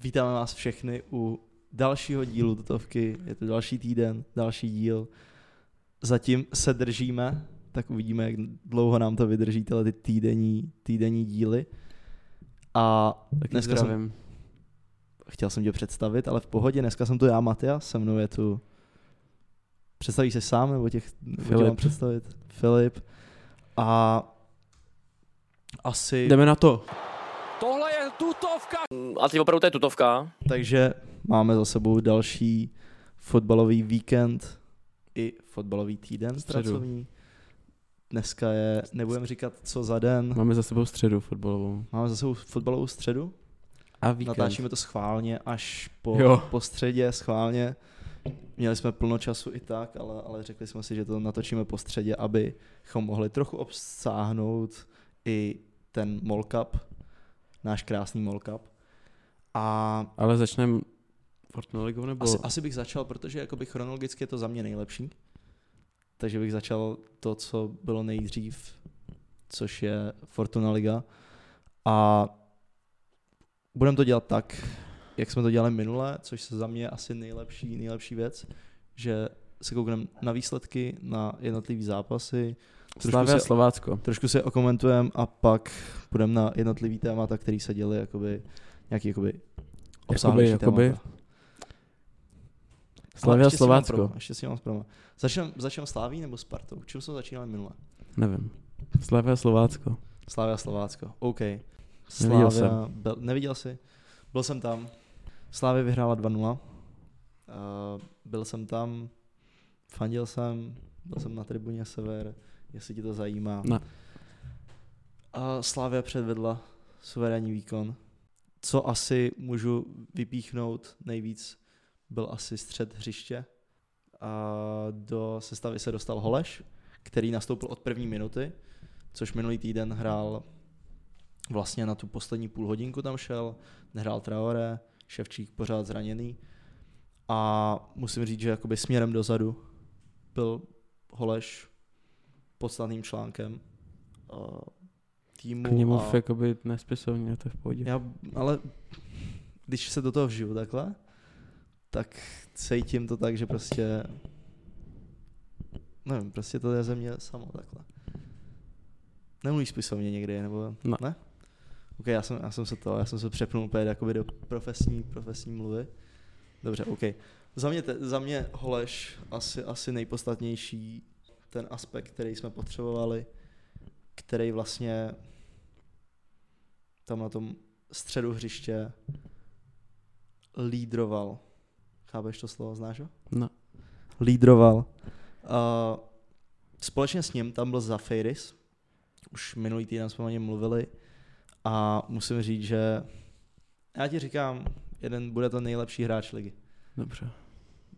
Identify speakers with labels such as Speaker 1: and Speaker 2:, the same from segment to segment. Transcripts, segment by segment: Speaker 1: Vítáme vás všechny u dalšího dílu tutovky. Je to další týden, další díl. Zatím se držíme, tak uvidíme, jak dlouho nám to vydrží tyhle ty týdenní, týdenní díly. A
Speaker 2: Taky
Speaker 1: dneska jsem,
Speaker 2: zdravím.
Speaker 1: chtěl jsem tě představit, ale v pohodě. Dneska jsem tu já, Matia, se mnou je tu... Představíš se sám, nebo těch... nebo tě
Speaker 2: Filip.
Speaker 1: mám představit? Filip. A asi...
Speaker 2: Jdeme na to.
Speaker 3: Tohle je tutovka.
Speaker 4: A ty opravdu to je tutovka.
Speaker 1: Takže máme za sebou další fotbalový víkend i fotbalový týden
Speaker 2: Středu.
Speaker 1: pracovní. Dneska je, nebudem říkat co za den,
Speaker 2: Máme za sebou středu fotbalovou.
Speaker 1: máme za sebou fotbalovou středu,
Speaker 2: A
Speaker 1: natáčíme to schválně až po,
Speaker 2: Jo.
Speaker 1: po středě, schválně. Měli jsme plno času i tak, ale, ale řekli jsme si, že to natočíme po středě, abychom mohli trochu obsáhnout i ten MOL Cup, náš krásný MOL Cup. A
Speaker 2: Ale začneme Fortnoligou nebo...
Speaker 1: Asi, asi bych začal, protože jakoby chronologicky je to za mě nejlepší. Takže bych začal to, co bylo nejdřív, což je Fortuna Liga. A budeme to dělat tak, jak jsme to dělali minule, což se za mě je asi nejlepší, nejlepší věc, že se koukneme na výsledky, na jednotlivé zápasy, trošku
Speaker 2: Slavia
Speaker 1: se-
Speaker 2: Slovácko.
Speaker 1: trošku se okomentujeme a pak půjdeme na jednotlivý témata, které se děly jakoby nějaký jakoby obsáhlejší
Speaker 2: jakoby-
Speaker 1: témata. Ale
Speaker 2: Slavia
Speaker 1: ještě si mám
Speaker 2: Slovácko.
Speaker 1: promo, Ještě si mám promo. Začnem, začnem Sláví nebo Spartou? Čím jsme začínali minule?
Speaker 2: Nevím. Slavia Slovácko.
Speaker 1: Slávia Slovácko. OK.
Speaker 2: Neviděl
Speaker 1: Slávia, Bel, neviděl jsi? Byl jsem tam. Slávě vyhrála 2-0. Uh, byl jsem tam, fandil jsem, byl jsem na tribuně Sever, jestli ti to zajímá.
Speaker 2: Ne.
Speaker 1: A Slávia předvedla suverénní výkon. Co asi můžu vypíchnout nejvíc, byl asi střed hřiště. A do sestavy se dostal Holeš, který nastoupil od první minuty, což minulý týden hrál vlastně na tu poslední půl hodinku tam šel, nehrál Traore, Ševčík pořád zraněný a musím říct, že jakoby směrem dozadu byl Holeš podstatným článkem eh,
Speaker 2: K němu
Speaker 1: týmu.
Speaker 2: a... jakoby nespisovně, to je v pohodě.
Speaker 1: já, ale když se do toho vžiju takhle, tak cítím to tak, že prostě nevím, prostě to je ze mě samo takhle. Nemluvíš spisovně někdy, nebo
Speaker 2: Ne.
Speaker 1: ne? OK, já jsem, já jsem se to, já jsem se přepnul úplně jakoby do profesní, profesní mluvy. Dobře, OK. Za mě, te, za mě Holeš asi, asi nejpodstatnější ten aspekt, který jsme potřebovali, který vlastně tam na tom středu hřiště lídroval. Chápeš to slovo, znáš ho?
Speaker 2: No.
Speaker 1: lídroval. Uh, společně s ním tam byl Zafiris, už minulý týden jsme o něm mluvili a musím říct, že já ti říkám, jeden bude to nejlepší hráč ligy.
Speaker 2: Dobře.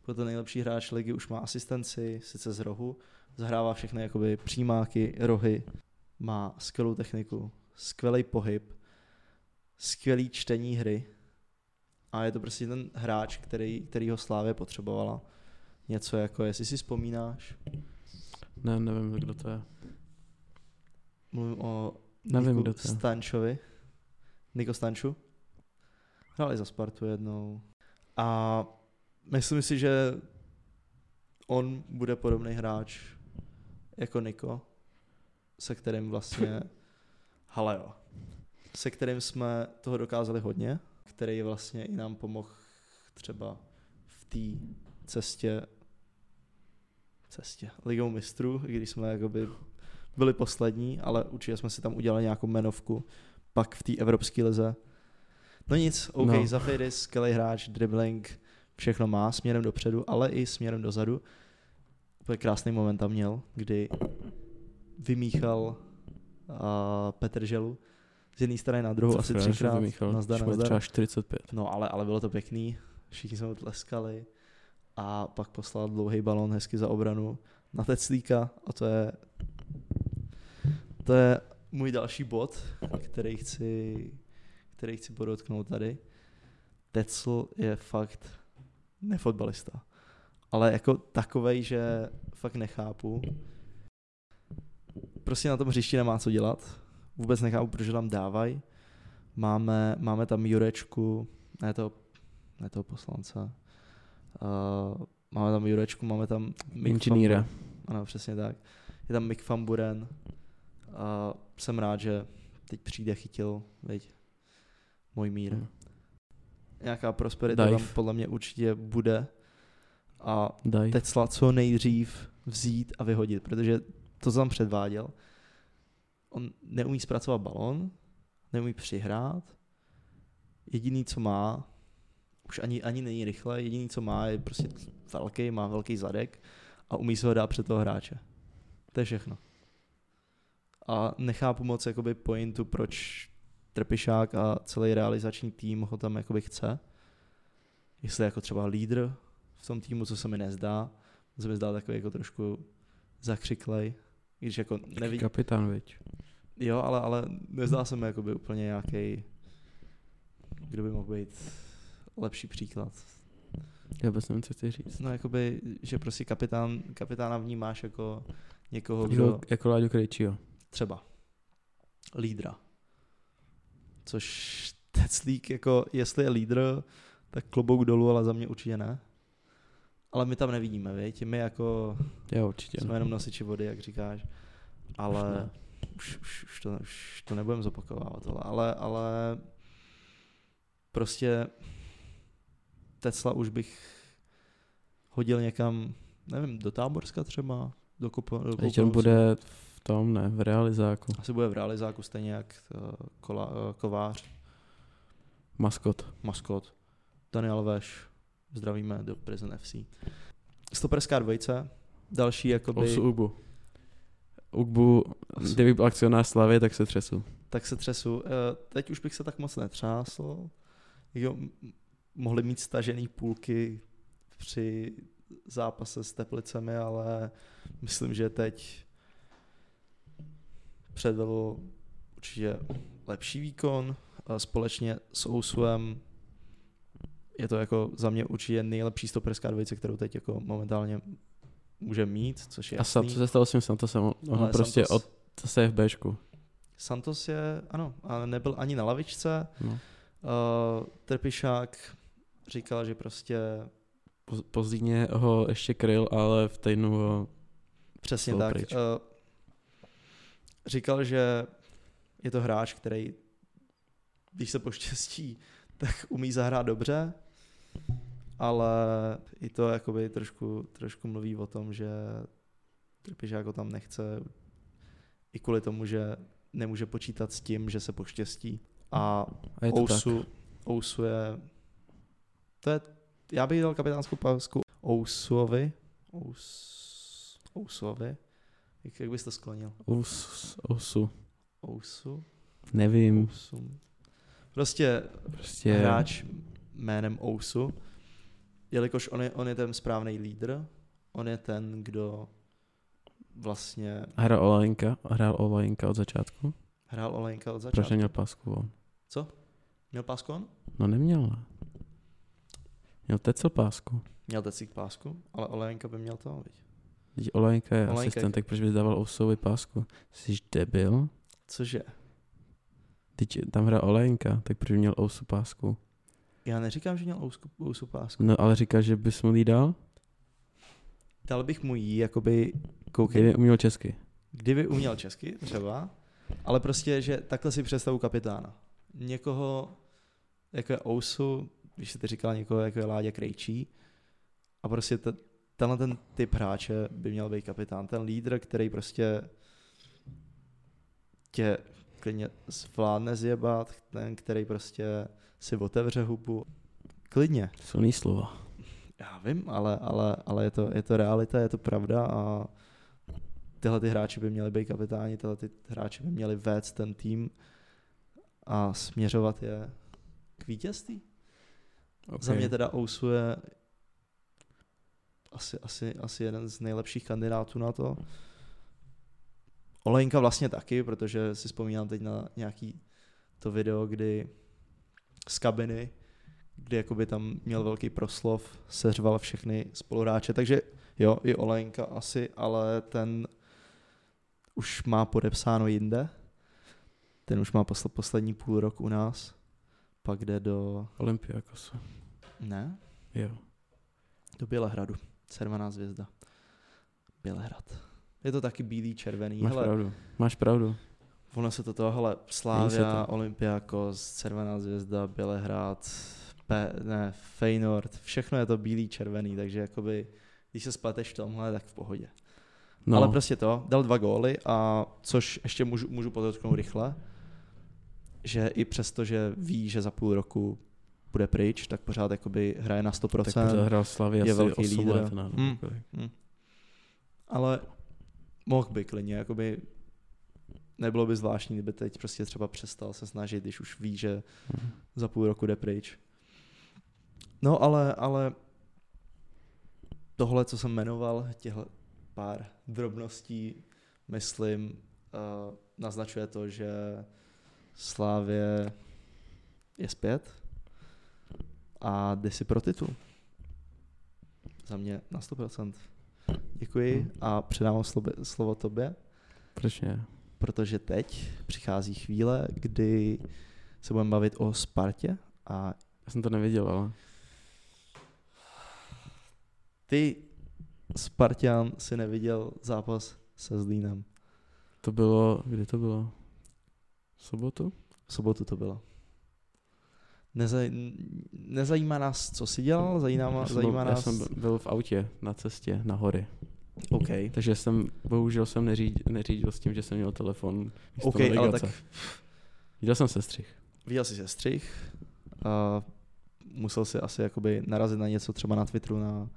Speaker 1: Bude to nejlepší hráč ligy, už má asistenci, sice z rohu, zahrává všechny jakoby přímáky, rohy, má skvělou techniku, skvělý pohyb, skvělý čtení hry a je to prostě ten hráč, který, který ho Slávě potřebovala. Něco jako, jestli si vzpomínáš,
Speaker 2: Ne, nevím, kdo to je.
Speaker 1: mluvím o
Speaker 2: Nevím,
Speaker 1: Niku
Speaker 2: kdo to je.
Speaker 1: Stančovi. Niko Stanču. Hráli za Spartu jednou. A myslím si, že on bude podobný hráč jako Niko, se kterým vlastně... Hele jo. Se kterým jsme toho dokázali hodně, který vlastně i nám pomohl třeba v té cestě cestě ligou mistrů, i když jsme jakoby byli poslední, ale určitě jsme si tam udělali nějakou menovku. Pak v té evropské lize. No nic, OK, no.
Speaker 2: No.
Speaker 1: Zafiris, skvělý hráč, dribbling, všechno má směrem dopředu, ale i směrem dozadu. Úplně krásný moment tam měl, kdy vymíchal uh, Petr Želu z jedné strany na druhou
Speaker 2: Co
Speaker 1: asi
Speaker 2: frér, že
Speaker 1: třikrát.
Speaker 2: vymíchal?
Speaker 1: Nazdar,
Speaker 2: Už bude
Speaker 1: nazdar.
Speaker 2: Třeba 45.
Speaker 1: No ale, ale bylo to pěkný, všichni jsme mu tleskali a pak poslal dlouhý balón hezky za obranu na Teclíka a to je to je můj další bod, který chci, který chci podotknout tady. Tecl je fakt nefotbalista, ale jako takovej, že fakt nechápu. Prostě na tom hřišti nemá co dělat. Vůbec nechápu, proč ho tam dávají. Máme, máme tam Jurečku, ne toho, ne toho poslance. Uh, máme tam Jurečku, máme tam Mick
Speaker 2: Inženýra.
Speaker 1: Fambu- Ano, přesně tak. Je tam Mick Famburen. A jsem rád, že teď přijde chytil, veď, můj mír.
Speaker 2: Hm.
Speaker 1: Nějaká prosperita
Speaker 2: Dive.
Speaker 1: tam podle mě určitě bude. A
Speaker 2: Daj.
Speaker 1: Tecla co nejdřív vzít a vyhodit, protože to, co tam předváděl, on neumí zpracovat balon, neumí přihrát, jediný, co má, už ani, ani není rychle, jediný, co má, je prostě velký, má velký zadek a umí se ho dát před toho hráče. To je všechno. A nechápu moc jakoby pointu, proč Trpišák a celý realizační tým ho tam jakoby chce. Jestli jako třeba lídr v tom týmu, co se mi nezdá. On se mi zdá takový jako trošku zakřiklej. i Když jako
Speaker 2: Taky
Speaker 1: nevidí,
Speaker 2: kapitán, viď.
Speaker 1: Jo, ale, ale nezdá se mi jakoby úplně nějaký, kdo by mohl být lepší příklad.
Speaker 2: Já vůbec nevím, co chci říct.
Speaker 1: No jakoby, že prostě kapitán, kapitána vnímáš jako někoho, kdo
Speaker 2: Jako, jako Láďo Krejčího.
Speaker 1: třeba lídra. Což Teclík, jako jestli je lídr, tak klobouk dolů, ale za mě určitě ne. Ale my tam nevidíme, viď? My jako
Speaker 2: Já určitě.
Speaker 1: jsme
Speaker 2: No.
Speaker 1: jenom nosiči vody, jak říkáš.
Speaker 2: Už
Speaker 1: Ale
Speaker 2: ne.
Speaker 1: už, už, už, to, už to nebudeme zopakovávat, ale, ale, ale prostě Tesla už bych hodil někam, nevím, do Táborska třeba, do, Kopo, do
Speaker 2: A ještě on
Speaker 1: Koupelů.
Speaker 2: bude v tom, ne, v jako realizáku.
Speaker 1: Asi bude v realizáku stejně jak eh, kola, eh, kovář,
Speaker 2: Maskot.
Speaker 1: maskot, Daniel Veš, zdravíme do Prison FC. Stoperská dvojice, další jakoby,
Speaker 2: Osu Ubu. Ugbu,
Speaker 1: Osu.
Speaker 2: kdyby byl akcionář Slavy, tak se třesu.
Speaker 1: tak se třesu. Eh, Teď už bych se tak moc netřásl. Jo, m- mohli mít stažený půlky při zápase s Teplicemi, ale myslím, že teď předvedl určitě lepší výkon. Eh, Společně s Ousuem je to jako za mě určitě nejlepší stoperská dvojice, kterou teď jako momentálně může mít, což je
Speaker 2: A sam,
Speaker 1: jasný. No,
Speaker 2: co se stalo s tím Santosem? On, on
Speaker 1: Ale
Speaker 2: prostě
Speaker 1: Santos-
Speaker 2: od, zase je v Bčku.
Speaker 1: Santos je, ano, ale nebyl ani na lavičce.
Speaker 2: No.
Speaker 1: Uh, Trpišák říkal, že prostě
Speaker 2: Po- Pozdíně ho ještě kryl, ale v týdnu ho...
Speaker 1: přesně
Speaker 2: Byl
Speaker 1: tak. Uh,
Speaker 2: pryč.
Speaker 1: říkal, že je to hráč, který, když se poštěstí, tak umí zahrát dobře, ale i to jakoby trošku, trošku mluví o tom, že Trpišák ho tam nechce i kvůli tomu, že nemůže počítat s tím, že se poštěstí. A
Speaker 2: A je to tak.
Speaker 1: Ousu, Ousu je... To je... Já bych dal kapitánskou pásku Ousuovi. Ous, Ousuovi. Jak, jak bys to sklonil?
Speaker 2: Us, osu.
Speaker 1: Ousu?
Speaker 2: Nevím.
Speaker 1: Ousum. Prostě
Speaker 2: Prostě...
Speaker 1: je. hráč jménem Ousu, jelikož on je, on je ten správný lídr, on je ten, kdo vlastně
Speaker 2: Hra Olajinka. Hrál Olajinka od začátku.
Speaker 1: hrál Olenka od
Speaker 2: Proč
Speaker 1: začátku.
Speaker 2: neměl pásku on?
Speaker 1: Měl pásku on?
Speaker 2: No neměl. ne. Měl Tecel pásku.
Speaker 1: Měl Tecík pásku, ale Olenka by měl to, viď?
Speaker 2: Teď Olajinka je
Speaker 1: Olajnka je-
Speaker 2: asistent, tak proč bys dával Ousovi pásku? Jsi debil?
Speaker 1: Cože?
Speaker 2: Teď je- tam hra Olajinka, tak proč by měl Ousu pásku?
Speaker 1: Já neříkám, že měl Ousku, Ousu pásku.
Speaker 2: No ale říká, že bys mu jí dal?
Speaker 1: Dal bych mu jí, jakoby, koukej,
Speaker 2: Kdyby uměl česky.
Speaker 1: kdyby uměl česky třeba, ale prostě, že takhle si představu kapitána. Někoho, jako je Ousu, když jsi ty říkal někoho, jako je Láďa Krejčí, a prostě t- tenhle ten typ hráče by měl být kapitán. Ten lídr, který prostě tě klidně zvládne zjebat, ten, který prostě si otevře hubu. Klidně.
Speaker 2: Silný slova.
Speaker 1: Já vím, ale, ale, ale je, to, je to realita, je to pravda a tyhle ty hráči by měli být kapitáni, tyhle ty hráči by měli vést ten tým a směřovat je k vítězství. Okay. Za mě teda Ousu je asi, asi, asi jeden z nejlepších kandidátů na to. Olejnka vlastně taky, protože si vzpomínám teď na nějaký to video, kdy z kabiny, kdy jakoby tam měl velký proslov, seřval všechny spoluhráče, takže jo, i Olejnka asi, ale ten už má podepsáno jinde. Ten už má posl- poslední půl rok u nás. pak jde do...
Speaker 2: Olympiakosu.
Speaker 1: Ne?
Speaker 2: Jo.
Speaker 1: Do Bělehradu. Červená zvězda. Bělehrad. Je to taky bílý, červený.
Speaker 2: Máš
Speaker 1: Hele,
Speaker 2: pravdu. Máš pravdu.
Speaker 1: Ono se to toho, hele,
Speaker 2: Mění se
Speaker 1: Slávia,
Speaker 2: to.
Speaker 1: Olympiakos, Červená zvězda, Bělehrad, Pe, ne, Feyenoord, všechno je to bílý, červený, takže jakoby, když se spleteš v tomhle, tak v pohodě.
Speaker 2: No,
Speaker 1: Ale prostě to, dal dva góly a což ještě můžu, můžu podotknout rychle, že i přesto, že ví, že za půl roku bude pryč, tak pořád jakoby hraje na 100%.
Speaker 2: tak pořád hrál Slavy asi
Speaker 1: velký
Speaker 2: 8
Speaker 1: lídr.
Speaker 2: let. Ne,
Speaker 1: Hmm.
Speaker 2: hmm.
Speaker 1: Ale mohl by klidně, jakoby nebylo by zvláštní, kdyby teď prostě třeba přestal se snažit, když už ví, že za půl roku jde pryč. No ale, ale tohle, co jsem jmenoval, těhle pár drobností, myslím, eh, naznačuje to, že Slávě je zpět a jde si pro titul. Za mě na 100%.
Speaker 2: Hmm.
Speaker 1: Děkuji a předávám slovo, slovo tobě,
Speaker 2: Proč ne?
Speaker 1: protože teď přichází chvíle, kdy se budeme bavit o Spartě a
Speaker 2: Já jsem to nevěděl, ale
Speaker 1: ty, Spartan, si neviděl zápas se Zlínem.
Speaker 2: to bylo, kdy to bylo? V sobotu?
Speaker 1: V sobotu to bylo. Nezaj, nezajímá nás, co jsi dělal, zajímá,
Speaker 2: já jsem
Speaker 1: No, zajímá
Speaker 2: byl,
Speaker 1: nás...
Speaker 2: Já jsem byl v autě na cestě na hory.
Speaker 1: OK,
Speaker 2: Takže jsem, bohužel jsem neřídil, neřídil s tím, že jsem měl telefon. místo
Speaker 1: OK, ale tak
Speaker 2: navigace. Viděl jsem sestřih.
Speaker 1: viděl jsi se střih a musel si asi jakoby narazit na něco třeba na Twitteru na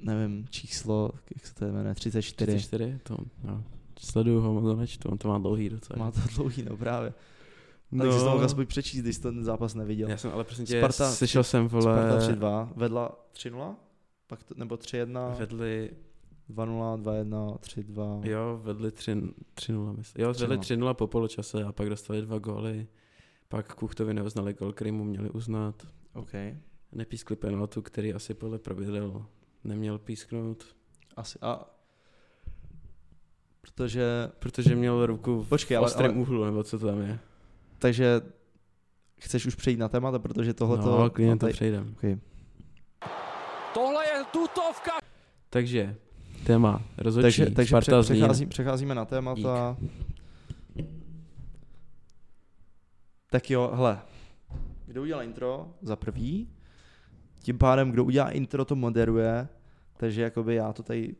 Speaker 1: nevím, číslo, jak se to jmenuje, 34.
Speaker 2: 34? To, no. Sleduju ho, moc ho nečtu, on to má dlouhý docela.
Speaker 1: Má to dlouhý, no právě. No. Takže jsi to mohl aspoň přečíst, když jsi ten zápas neviděl.
Speaker 2: Já jsem ale prosím tě,
Speaker 1: Sparta
Speaker 2: Sparta, slyšel jsem,
Speaker 1: Sparta
Speaker 2: vole,
Speaker 1: 3-2, vedla 3-0, pak to, nebo 3-1,
Speaker 2: vedli,
Speaker 1: 2-0, 2-1, 3-2.
Speaker 2: jo, vedli 3-0, myslím. Jo, vedli
Speaker 1: 3:0.
Speaker 2: 3-0 po poločase a pak dostali dva góly. Pak Kuchtovi neuznali gol, který mu měli uznat.
Speaker 1: OK,
Speaker 2: Nepískli penaltu, který asi podle pravidel neměl písknout,
Speaker 1: asi a protože,
Speaker 2: protože měl ruku v
Speaker 1: počkej, ale,
Speaker 2: ostrém
Speaker 1: ale
Speaker 2: úhlu, nebo co tam je.
Speaker 1: takže chceš už přejít na témata, protože tohle to...
Speaker 2: no, klidně to přejdem.
Speaker 1: okay.
Speaker 3: Tohle je tutovka.
Speaker 2: Takže téma rozhodčí.
Speaker 1: Takže, takže pře-
Speaker 2: Sparta Zlín.
Speaker 1: přechází, přecházíme na témata. Tak jo, hele. Kdo udělá intro za prvý, tím pádem, kdo udělá intro, to moderuje, takže jakoby já to tady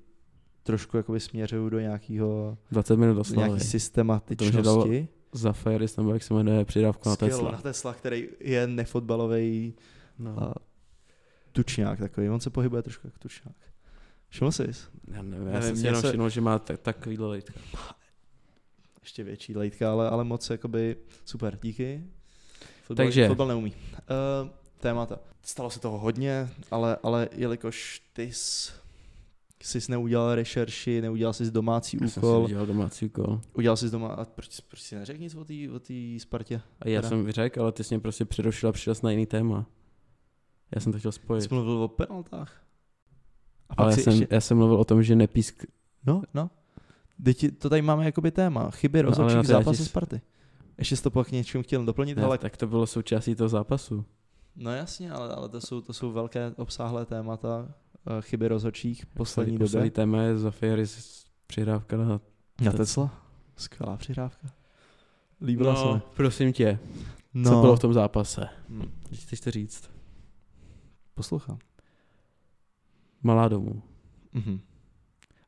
Speaker 1: trošku jakoby směřuju do nějakého
Speaker 2: 20 minut do
Speaker 1: do
Speaker 2: Slavy.
Speaker 1: nějaký systematičnosti.
Speaker 2: Za Firis, nebo jak se jmenuje, přidávku na
Speaker 1: Skvělou,
Speaker 2: Tesla.
Speaker 1: na Tesla, který je nefotbalový
Speaker 2: No.
Speaker 1: a tučňák takový. On se pohybuje trošku jako tučňák. Všiml jsi?
Speaker 2: Já nevím, já
Speaker 1: Nevím,
Speaker 2: jsem si
Speaker 1: mně
Speaker 2: jenom
Speaker 1: se-
Speaker 2: všiml, že má tak, takovýhle lejtka.
Speaker 1: ještě větší lejtka, ale, ale moc jakoby super, díky. Fotbal,
Speaker 2: Takže-
Speaker 1: Fotbal neumí. Uh, témata. Stalo se toho hodně, ale, ale jelikož ty jsi, jsi neudělal rešerši, neudělal jsi domácí
Speaker 2: Já jsem si
Speaker 1: úkol,
Speaker 2: udělal domácí úkol.
Speaker 1: udělal jsi doma, a proč, proč jsi neřekl nic o té o tý Spartě?
Speaker 2: A já
Speaker 1: Teda?
Speaker 2: jsem řekl, ale ty jsi mě prostě přerušil a přišel jsi na jiný téma. Já jsem to chtěl spojit.
Speaker 1: Jsi mluvil o penaltách. A pak
Speaker 2: Ale já
Speaker 1: jsi
Speaker 2: jsem,
Speaker 1: ještě,
Speaker 2: já jsem mluvil o tom, že nepísk...
Speaker 1: no, no. Teď to tady máme jakoby téma, chyby
Speaker 2: No, ale
Speaker 1: rozhodčích
Speaker 2: na
Speaker 1: no,
Speaker 2: to já ti
Speaker 1: zápasů
Speaker 2: s-
Speaker 1: Sparty. Ještě jsi to pak něčím chtěl doplnit,
Speaker 2: Ne,
Speaker 1: ale
Speaker 2: tak to bylo součástí toho zápasu.
Speaker 1: No jasně, ale, ale to, jsou, to jsou velké obsáhlé témata eh, chyby rozhodčích poslední době.
Speaker 2: téma je za Firis přihrávka na...
Speaker 1: Na Tesla? Skvělá přihrávka. Líbila se mi.
Speaker 2: no, prosím tě,
Speaker 1: No.
Speaker 2: co bylo v tom zápase?
Speaker 1: Hm,
Speaker 2: Když chceš to říct.
Speaker 1: Poslouchám.
Speaker 2: Malá domů.
Speaker 1: Mhm.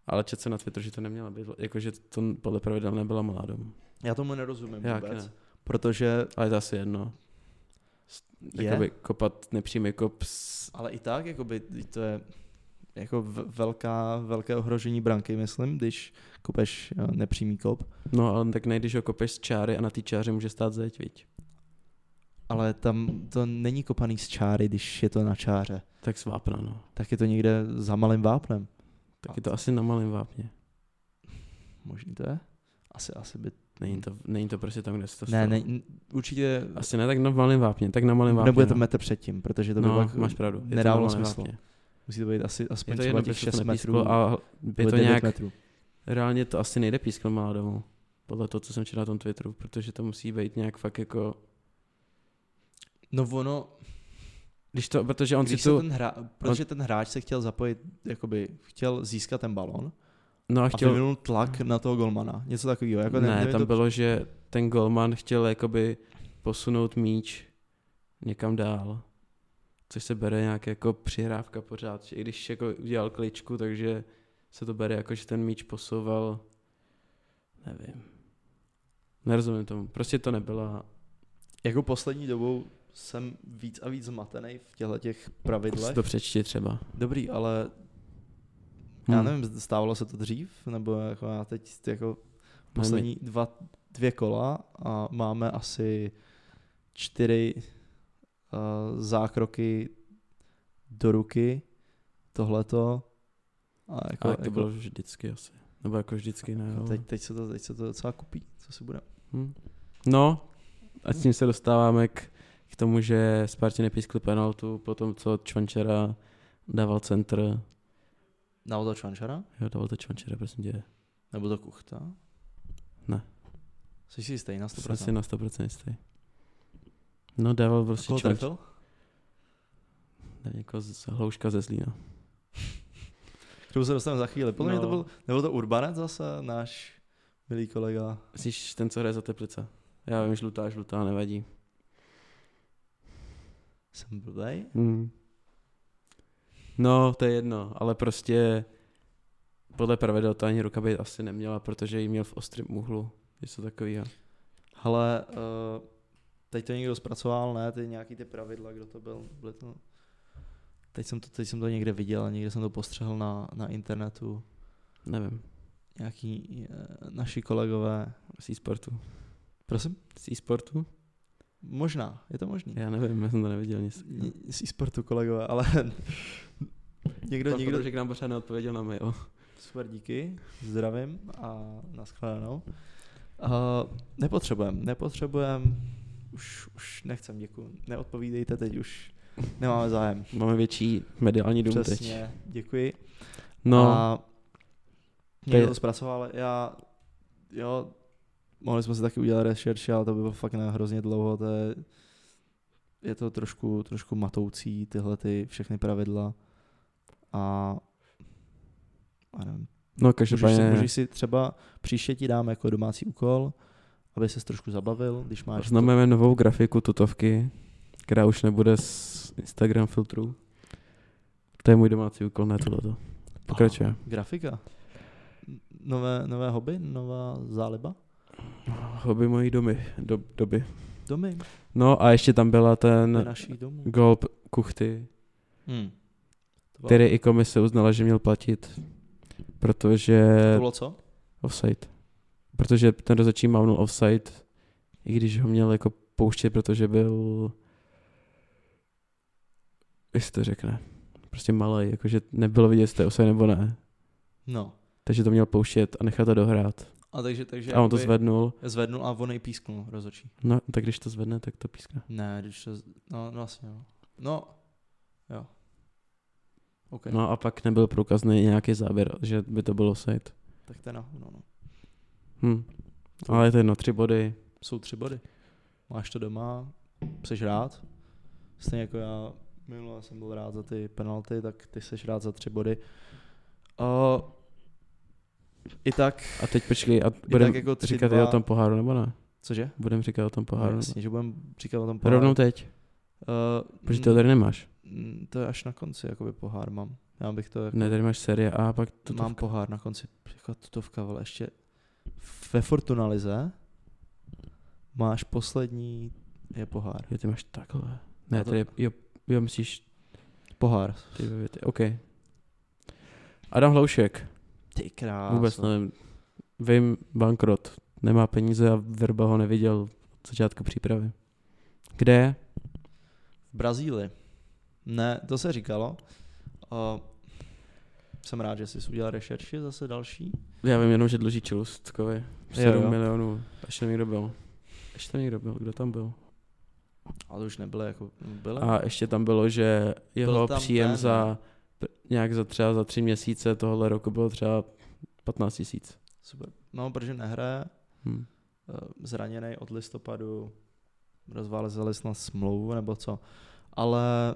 Speaker 2: Ale četl jsem na Twitteru, že to neměla být, jakože to podle pravidel nebyla malá domů.
Speaker 1: Já tomu nerozumím
Speaker 2: Já taky
Speaker 1: vůbec.
Speaker 2: ne.
Speaker 1: Protože,
Speaker 2: Ale je to asi jedno. S-
Speaker 1: Je?
Speaker 2: Jakoby kopat nepřímý kop s...
Speaker 1: ale i tak, jakoby, to je jako v- velká, velké ohrožení branky, myslím, když kopeš eh, nepřímý kop.
Speaker 2: No ale tak ne, když ho kopeš z čáry a na té čáře může stát zeď, viď?
Speaker 1: Ale tam to není kopaný z čáry, když je to na čáře.
Speaker 2: Tak svápna, no.
Speaker 1: Tak je to někde za malým vápnem.
Speaker 2: Tak je to asi na malém vápně.
Speaker 1: Možný to je? Asi, asi by...
Speaker 2: Není to, není to prostě tam, kde se to
Speaker 1: Ne,
Speaker 2: stalo.
Speaker 1: ne, n- určitě
Speaker 2: Asi ne, tak na malém vápně, tak na malém vápně.
Speaker 1: Nebude to
Speaker 2: no.
Speaker 1: metr předtím, protože to by
Speaker 2: no,
Speaker 1: pak
Speaker 2: máš pravdu. je to
Speaker 1: nedávalo
Speaker 2: na malém
Speaker 1: smysl.
Speaker 2: vápně.
Speaker 1: musí to být asi
Speaker 2: Je
Speaker 1: aspoň
Speaker 2: to
Speaker 1: třeba
Speaker 2: jedno,
Speaker 1: těch
Speaker 2: protože to
Speaker 1: 6
Speaker 2: nepísklo
Speaker 1: metrů.
Speaker 2: a je
Speaker 1: nebo
Speaker 2: to
Speaker 1: 9
Speaker 2: nějak,
Speaker 1: metrů.
Speaker 2: reálně to asi nejde písklo malá domů. Podle toho, co jsem četl na tom Twitteru, protože to musí být nějak fakt jako
Speaker 1: No ono,
Speaker 2: Když to, protože on
Speaker 1: když
Speaker 2: si tu,
Speaker 1: se ten hra, protože ten hráč se chtěl zapojit, jakoby chtěl získat ten balon
Speaker 2: no a
Speaker 1: a
Speaker 2: chtěl,
Speaker 1: vyvinul tlak na toho golmana, něco takového. Jako
Speaker 2: ne,
Speaker 1: nevím
Speaker 2: tam
Speaker 1: to,
Speaker 2: bylo, že ten golman chtěl jakoby posunout míč někam dál, což se bere nějak jako přihrávka pořád, že i když jako udělal kličku, takže se to bere jako, že ten míč posouval, nevím, nerozumím tomu, prostě to nebyla,
Speaker 1: Jako poslední dobou jsem víc a víc zmatený v těchto těch
Speaker 2: Jako si
Speaker 1: pravidlech.
Speaker 2: to přečti třeba. Hm,
Speaker 1: Dobrý, ale
Speaker 2: Hmm.
Speaker 1: já nevím, stávalo se to dřív, nebo jako já teď jako poslední dva, dvě kola a máme asi čtyři uh, zákroky do ruky, tohleto. A jako,
Speaker 2: Ale to
Speaker 1: jako,
Speaker 2: bylo vždycky asi. Nebo jako vždycky, ne. jo.
Speaker 1: teď, teď, se to, teď se to docela kupí, co si bude.
Speaker 2: Hm. No, a s tím se dostáváme k, k tomu, že Spartě nepískl penaltu po tom, co Čvančera dával centr.
Speaker 1: Na to Čvančara?
Speaker 2: Jo, dával to Čvančera, prosím tě.
Speaker 1: Nebo to Kuchta?
Speaker 2: Ne.
Speaker 1: Jsi si jistý na
Speaker 2: Jsem
Speaker 1: 100%?
Speaker 2: si prostě na 100% jistý. No, dával prostě
Speaker 1: Koho
Speaker 2: Čvančera.
Speaker 1: trefil?
Speaker 2: Jako z z hlouška ze Zlína.
Speaker 1: K tomu se dostaneme za chvíli. Podle mě to
Speaker 2: No.
Speaker 1: byl, nebyl to Urbanec zase, náš milý kolega.
Speaker 2: Myslíš ten, co hraje za Teplice? Já vím, žlutá, žlutá, nevadí.
Speaker 1: Jsem blbej.
Speaker 2: Hmm. No, to je jedno, ale prostě podle pravidel to ani ruka být asi neměla, protože ji měl v ostrém úhlu. Něco takového.
Speaker 1: Ale uh, teď to někdo zpracoval, ne? Ty nějaký ty pravidla, kdo to byl? Byly to... Teď jsem to, teď jsem to někde viděl, a někde jsem to postřehl na, na internetu.
Speaker 2: Nevím.
Speaker 1: Nějaký uh, naši kolegové.
Speaker 2: Z e-sportu.
Speaker 1: Prosím?
Speaker 2: Z e-sportu?
Speaker 1: Možná, je to možný.
Speaker 2: Já nevím, já jsem to neviděl nic.
Speaker 1: Ně- Z e-sportu kolegové, ale někdo,
Speaker 2: Pan
Speaker 1: někdo,
Speaker 2: Podružek nám pořád neodpověděl na mail.
Speaker 1: Super díky, zdravím a nashledanou. Uh, nepotřebujem, nepotřebujem, už, už nechcem, děkuji. Neodpovídejte teď, už nemáme zájem.
Speaker 2: Máme větší mediální dům teď.
Speaker 1: Přesně, děkuji.
Speaker 2: No, a...
Speaker 1: A někdo
Speaker 2: je-
Speaker 1: to zpracoval, ale já, jo, mohli jsme si taky udělat rešerši, ale to by bylo fakt na hrozně dlouho, to je, je to trošku, trošku matoucí, tyhle ty všechny pravidla. A, a nevím,
Speaker 2: no
Speaker 1: Můžeš si,
Speaker 2: každopádně
Speaker 1: můžeš si třeba příště ti dám jako domácí úkol, aby se trošku zabavil, když máš...
Speaker 2: znamenáme novou grafiku tutovky, která už nebude z Instagram filtru. To je můj domácí úkol, ne tohleto. Pokračuje.
Speaker 1: to- jako Grafika. N- Nové, nové hobby, nová záliba.
Speaker 2: Hobby mojí domy, do, doby.
Speaker 1: Domy,
Speaker 2: No a ještě tam byla
Speaker 1: ne.
Speaker 2: ten
Speaker 1: našich domů.
Speaker 2: gol p- Kuchty,
Speaker 1: Hmm. To, bylo,
Speaker 2: který i komise uznala, že měl platit, protože...
Speaker 1: to bylo co?
Speaker 2: Offside. Protože ten rozhodčí mávnul offside, i když ho měl jako pouštět, protože byl... Jak se to řekne? Prostě malý, jakože nebylo vidět, jestli to je offside nebo ne.
Speaker 1: No.
Speaker 2: Takže to měl pouštět a nechat to dohrát.
Speaker 1: A takže, takže
Speaker 2: A on to
Speaker 1: jakoby
Speaker 2: zvednul.
Speaker 1: zvednul a on i písknul rozhodčí.
Speaker 2: No, tak když to zvedne, tak to píská.
Speaker 1: Ne, když to... z- No, no vlastně jo. No, jo. OK, no.
Speaker 2: No a pak nebyl průkazný nějaký záběr, že by to bylo offside.
Speaker 1: tak to je na hovno, no.
Speaker 2: Hm. Ale je to jedno, tři body.
Speaker 1: jsou tři body. Máš to doma, jsi rád. Stejně jako já minule jsem byl rád za ty penalty, tak ty jsi rád za tři body. Uh, I tak,
Speaker 2: A teď počkej, a budeme
Speaker 1: jako tři,
Speaker 2: říkat
Speaker 1: dva.
Speaker 2: i o tom poháru, nebo ne?
Speaker 1: cože?
Speaker 2: Budeme říkat o tom
Speaker 1: No,
Speaker 2: poháru.
Speaker 1: jasně, že budeme říkat o tom pohár.
Speaker 2: Rovnou teď,
Speaker 1: uh,
Speaker 2: protože ty ho tady nemáš.
Speaker 1: to je až na konci, jakoby pohár mám. Já bych to, jako,
Speaker 2: Ne, tady máš série A, pak to
Speaker 1: mám pohár na konci, jako tutovka, ale ještě ve Fortunalize máš poslední, je pohár.
Speaker 2: Jo, ty máš takhle. Ne,
Speaker 1: A to-
Speaker 2: tady je, jo, jo, myslíš
Speaker 1: Pohár.
Speaker 2: ty dvě věty, OK. Adam Hloušek,
Speaker 1: Ty krás.
Speaker 2: vůbec nevím. Vím, bankrot, nemá peníze a Verba ho neviděl od začátku přípravy. Kde je?
Speaker 1: V Brazílii. Ne, to se říkalo. Uh, jsem rád, že jsi udělal rešerši zase další.
Speaker 2: Já vím jenom, že dluží Čelustkovi
Speaker 1: Jo,
Speaker 2: 7
Speaker 1: jo.
Speaker 2: milionů, až tam někdo byl. Ještě tam někdo byl, kdo tam byl?
Speaker 1: Ale to už nebylo jako... Bylo.
Speaker 2: A ještě tam bylo, že jeho
Speaker 1: tam
Speaker 2: příjem
Speaker 1: ten-
Speaker 2: za pr- nějak za třeba za tři měsíce tohle roku byl třeba 15 tisíc.
Speaker 1: Super. No, protože nehraje.
Speaker 2: Hm.
Speaker 1: eh, Zraněný od listopadu. rozvázali snad smlouvu nebo co, ale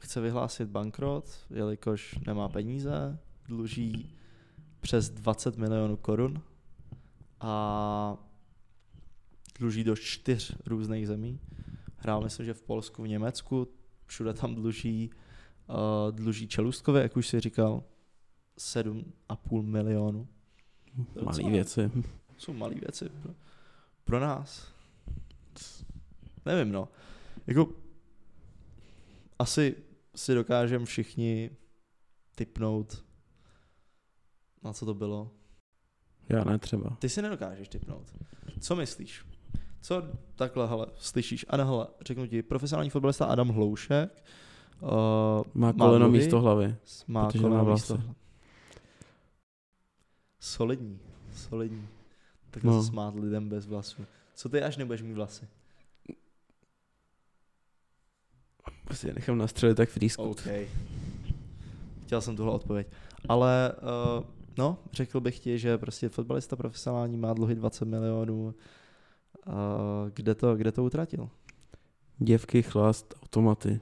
Speaker 1: chce vyhlásit bankrot, jelikož nemá peníze, dluží přes 20 milionů korun a dluží do čtyř různých zemí. Hrál myslím, že v Polsku, v Německu, všude tam dluží, uh, dluží Čelustkovi, jak už si říkal, 7,5 milionu. To je
Speaker 2: Malý
Speaker 1: docela-
Speaker 2: věci.
Speaker 1: jsou malé věci pro, pro nás. Nevím, no. Jako, asi si dokážeme všichni typnout, na co to bylo.
Speaker 2: Já ne třeba.
Speaker 1: Ty si nedokážeš typnout. Co myslíš? Co takhle, hele, slyšíš? Ano, hele, řeknu ti, profesionální fotbalista Adam Hloušek uh,
Speaker 2: Má koleno
Speaker 1: nohy,
Speaker 2: místo hlavy.
Speaker 1: má
Speaker 2: protože má
Speaker 1: koleno
Speaker 2: vlasy.
Speaker 1: místo. Solidní, solidní. Tak
Speaker 2: No.
Speaker 1: no. smát lidem bez vlasů. Co ty, až nebudeš mít vlasy?
Speaker 2: Prostě je nechám nastřelit tak frýsku.
Speaker 1: OK. Chtěl jsem tuhle odpověď. Ale uh, no, řekl bych ti, že prostě fotbalista profesionální má dluhy 20 milionů. Uh, kde, to, kde to utratil?
Speaker 2: Děvky, chlast, automaty.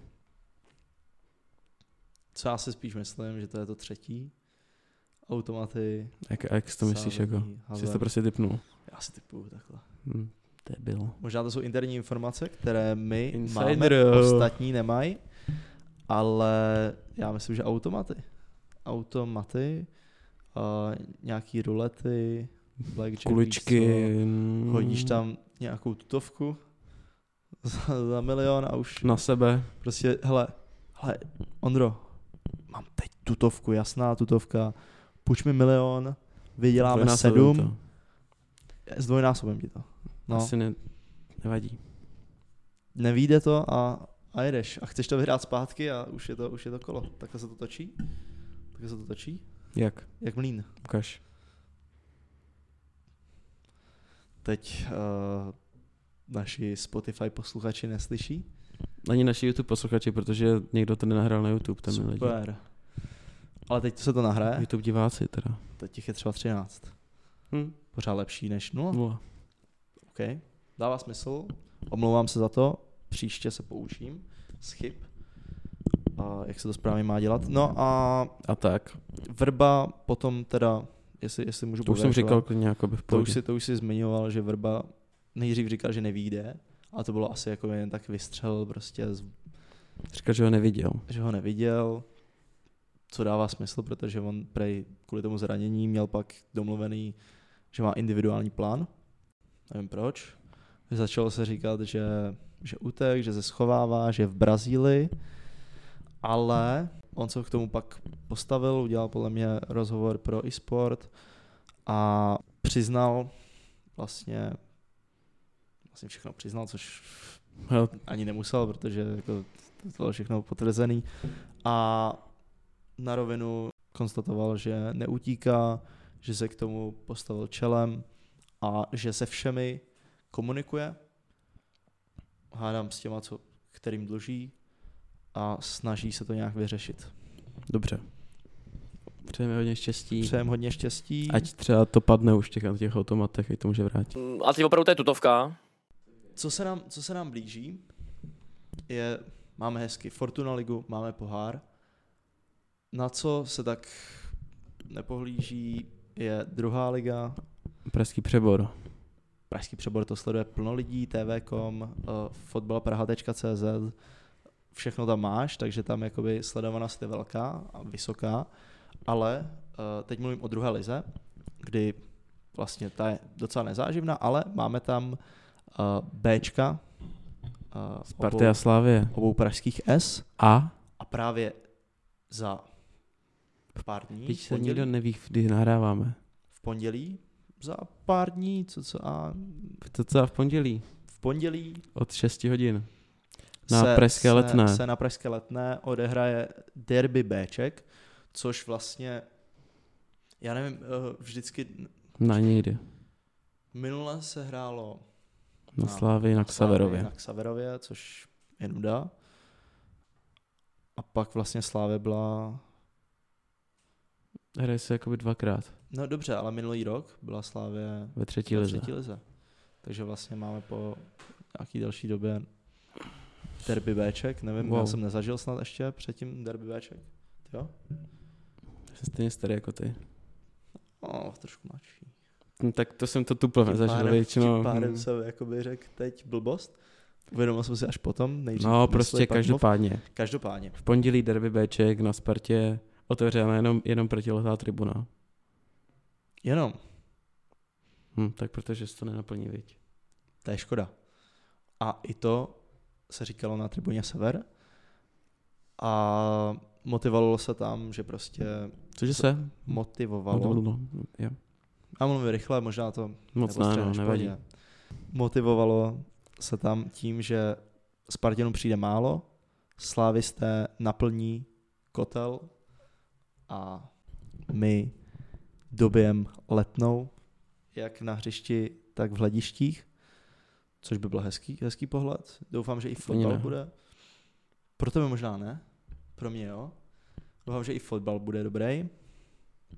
Speaker 1: Co já si spíš myslím, že to je to třetí. Automaty.
Speaker 2: Jak, jak si to myslíš jako?
Speaker 1: sázení,
Speaker 2: Jsi
Speaker 1: hazard.
Speaker 2: to prostě typnul.
Speaker 1: Já si typuju takhle.
Speaker 2: Hm, debil.
Speaker 1: Možná to jsou interní informace, které my
Speaker 2: Insider.
Speaker 1: máme, ostatní nemají, ale já myslím, že automaty. Automaty, uh, nějaký rulety, blackjack,
Speaker 2: Kuličky.
Speaker 1: víš
Speaker 2: hm,
Speaker 1: co, hodíš no. tam nějakou tutovku za, za milion a už
Speaker 2: Na sebe.
Speaker 1: prostě, hele, hele, Ondro, mám teď tutovku, jasná tutovka, půjč mi milion, vyděláme
Speaker 2: Dvojnásobím
Speaker 1: sedm,
Speaker 2: to.
Speaker 1: zdvojnásobím ti to. No.
Speaker 2: Asi ne, nevadí.
Speaker 1: nevíde to a, a jedeš. A chceš to vyhrát zpátky a už je to, už je to kolo. Takhle se to točí? Takhle se to točí?
Speaker 2: Jak?
Speaker 1: Jak mlín.
Speaker 2: Ukaž.
Speaker 1: Teď uh, naši Spotify posluchači neslyší.
Speaker 2: Ani naši YouTube posluchači, protože někdo to nenahrál na YouTube, tam je lidi.
Speaker 1: Super. Ale teď se to nahraje.
Speaker 2: YouTube diváci teda.
Speaker 1: Teď těch je třeba 13.
Speaker 2: Hm,
Speaker 1: Pořád lepší než 0.
Speaker 2: vole.
Speaker 1: Hm. OK. Dává smysl. Omlouvám se za to. Příště se poučím z chyb. A jak se to správně má dělat. No a
Speaker 2: A tak.
Speaker 1: Vrba potom teda, jestli, jestli můžu
Speaker 2: To už jsem
Speaker 1: pokračovat.
Speaker 2: říkal klidně jakoby v
Speaker 1: To
Speaker 2: pohodě.
Speaker 1: už, si, to už si zmiňoval, že Vrba nejdřív říkal, že nevíde, a to bylo asi jako jen tak vystřel, prostě, z-
Speaker 2: Říkal, že ho neviděl.
Speaker 1: že ho neviděl, co dává smysl, protože on prej kvůli tomu zranění měl pak domluvený, že má individuální plán, nevím proč. Začalo se říkat, že, že utek, že se schovává, že je v Brazílii, ale on se k tomu pak postavil, udělal podle mě rozhovor pro eSport a přiznal vlastně vlastně všechno přiznal, což
Speaker 2: Hele,
Speaker 1: ani nemusel, protože jako to bylo všechno potvrzený. A na rovinu konstatoval, že neutíká, že se k tomu postavil čelem a že se všemi komunikuje. Hádám s těma, co, kterým dluží a snaží se to nějak vyřešit.
Speaker 2: Dobře. Přejeme hodně štěstí.
Speaker 1: Přejem hodně štěstí.
Speaker 2: Ať třeba to padne už těch, na těch automatech, ať to může vrátit.
Speaker 4: Mm, A teď opravdu to je tutovka.
Speaker 1: Co se nám, co se nám blíží, je, máme hezky Fortuna ligu, máme pohár. Na co se tak nepohlíží, je druhá liga.
Speaker 2: Pražský přebor.
Speaker 1: Pražský přebor to sleduje plno lidí, tv.com, eh, fotbalpraha.cz, všechno tam máš, takže tam jakoby sledovanost je velká a vysoká, ale eh, teď mluvím o druhé lize, kdy vlastně ta je docela nezáživná, ale máme tam eh, Bčka, eh, obou,
Speaker 2: Partia Slávie.
Speaker 1: obou pražských S
Speaker 2: A?
Speaker 1: a právě za pár dní,
Speaker 2: Teď
Speaker 1: v
Speaker 2: se nikdo
Speaker 1: pondělí,
Speaker 2: neví, kdy nahráváme.
Speaker 1: v pondělí, za pár dní, co, co a
Speaker 2: To co v pondělí
Speaker 1: v pondělí
Speaker 2: od 6 hodin. Na Pražské letné.
Speaker 1: Se na Pražské letné odehraje derby Bček, což vlastně, já nevím, eh, vždycky
Speaker 2: Na nikdy.
Speaker 1: minule se hrálo
Speaker 2: Na
Speaker 1: Na-
Speaker 2: Slávii,
Speaker 1: No.
Speaker 2: na
Speaker 1: Na no.
Speaker 2: Ksaverově.
Speaker 1: Xaverově, což je nuda. A pak vlastně Slávě byla,
Speaker 2: Hraje se jakoby dvakrát
Speaker 1: no dobře, ale minulý rok byla Slávě
Speaker 2: ve třetí
Speaker 1: ve
Speaker 2: lize.
Speaker 1: třetí lize. Takže vlastně máme po nějaký další době derby Bček, nevím, wow. já
Speaker 2: Wow.
Speaker 1: jsem nezažil snad ještě předtím derby Bček. Jo?
Speaker 2: Jsem stejně starý jako ty.
Speaker 1: No, trošku mladší.
Speaker 2: No, tak to jsem to tuple nezažil většinou.
Speaker 1: tím pádem
Speaker 2: Hm.
Speaker 1: jsem jakoby řekl teď blbost. Uvědomil jsem si až potom. Nejdřív
Speaker 2: No,
Speaker 1: mysli,
Speaker 2: prostě
Speaker 1: pak mluv.
Speaker 2: každopádně.
Speaker 1: Každopádně.
Speaker 2: V pondělí derby Bček na Spartě otevřena jenom, jenom protiletá tribuna.
Speaker 1: Jenom,
Speaker 2: Hm, tak protože se to nenaplní, viď.
Speaker 1: to je škoda. A i to se říkalo na tribuně Sever. A motivovalo se tam, že prostě
Speaker 2: Cože se? No,
Speaker 1: motivovalo.
Speaker 2: Jo.
Speaker 1: Já mluvím rychle, možná to
Speaker 2: Moc
Speaker 1: nebo
Speaker 2: ne, no,
Speaker 1: střehneš,
Speaker 2: nevadí.
Speaker 1: pohodě. Motivovalo se tam tím, že Spartanům přijde málo, slávisté naplní kotel a my dobijem letnou, jak na hřišti, tak v hledištích, což by byl hezký, hezký pohled. Doufám, že i fotbal
Speaker 2: ne.
Speaker 1: bude. Pro tebe možná ne, pro mě jo. Doufám, že i fotbal bude dobrý,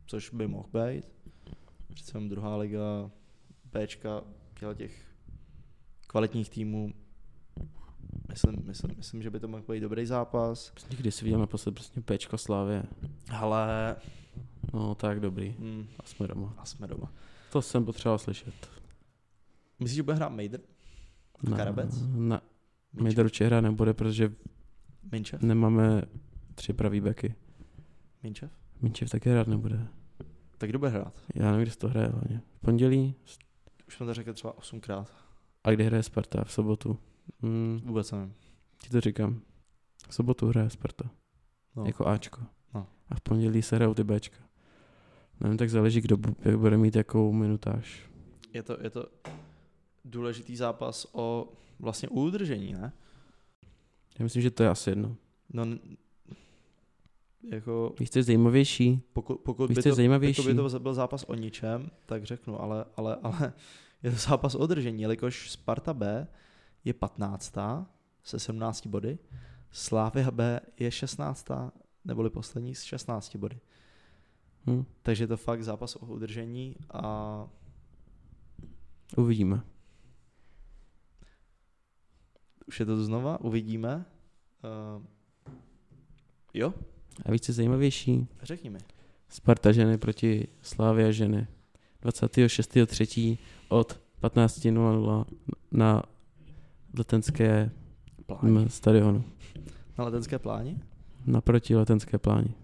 Speaker 1: což by mohl být. Přece jenom druhá liga, Bčka, těla těch kvalitních týmů. Myslím, myslím, myslím, že by to mohl být dobrý zápas.
Speaker 2: Nikdy si viděl naposled prostě Bčko Slávě.
Speaker 1: Ale
Speaker 2: No tak dobrý.
Speaker 1: hm,
Speaker 2: A jsme doma.
Speaker 1: a jsme doma.
Speaker 2: To jsem potřeboval slyšet.
Speaker 1: Myslíš, že bude hrát Mejder?
Speaker 2: Na-
Speaker 1: Karabec?
Speaker 2: Na, Midoru Čehra nebude, protože
Speaker 1: Minčev?
Speaker 2: nemáme tři pravý beky.
Speaker 1: Minčev?
Speaker 2: Minčev taky hrát nebude.
Speaker 1: Tak kdo bude hrát?
Speaker 2: Já nevím, kde se to hraje hlavně. V pondělí?
Speaker 1: Už jsme to řekli třeba osmkrát.
Speaker 2: A kde hraje Sparta? V sobotu? Hmm,
Speaker 1: Vůbec nevím.
Speaker 2: ti to říkám. V sobotu hraje Sparta.
Speaker 1: No.
Speaker 2: No. Jako Ačko.
Speaker 1: No.
Speaker 2: A v pondělí se hrajou ty Bčka. Nevím, tak záleží, kdo bu- jak bude mít jakou minutáž.
Speaker 1: Je to, je to důležitý zápas o vlastně udržení, ne?
Speaker 2: Já myslím, že to je asi jedno.
Speaker 1: No, n- jako
Speaker 2: Víš, co je zajímavější?
Speaker 1: Poku, pokud
Speaker 2: Víš,
Speaker 1: by
Speaker 2: co je
Speaker 1: to,
Speaker 2: zajímavější?
Speaker 1: Jako by to byl zápas o ničem, tak řeknu, ale, ale, ale je to zápas o držení, jelikož Sparta B je 15. se 17 body, Slávia B je 16. neboli poslední s 16 body.
Speaker 2: Hm,
Speaker 1: Takže je to fakt zápas o udržení a
Speaker 2: uvidíme.
Speaker 1: už je to tu znova, uvidíme. Uh, jo,
Speaker 2: A víš, co je zajímavější?
Speaker 1: řekni mi.
Speaker 2: Sparta ženy proti Slávia ženy. 26.3. od 15.00 na letenské
Speaker 1: Pláni.
Speaker 2: m, stadionu.
Speaker 1: Na letenské pláni?
Speaker 2: Naproti letenské pláni.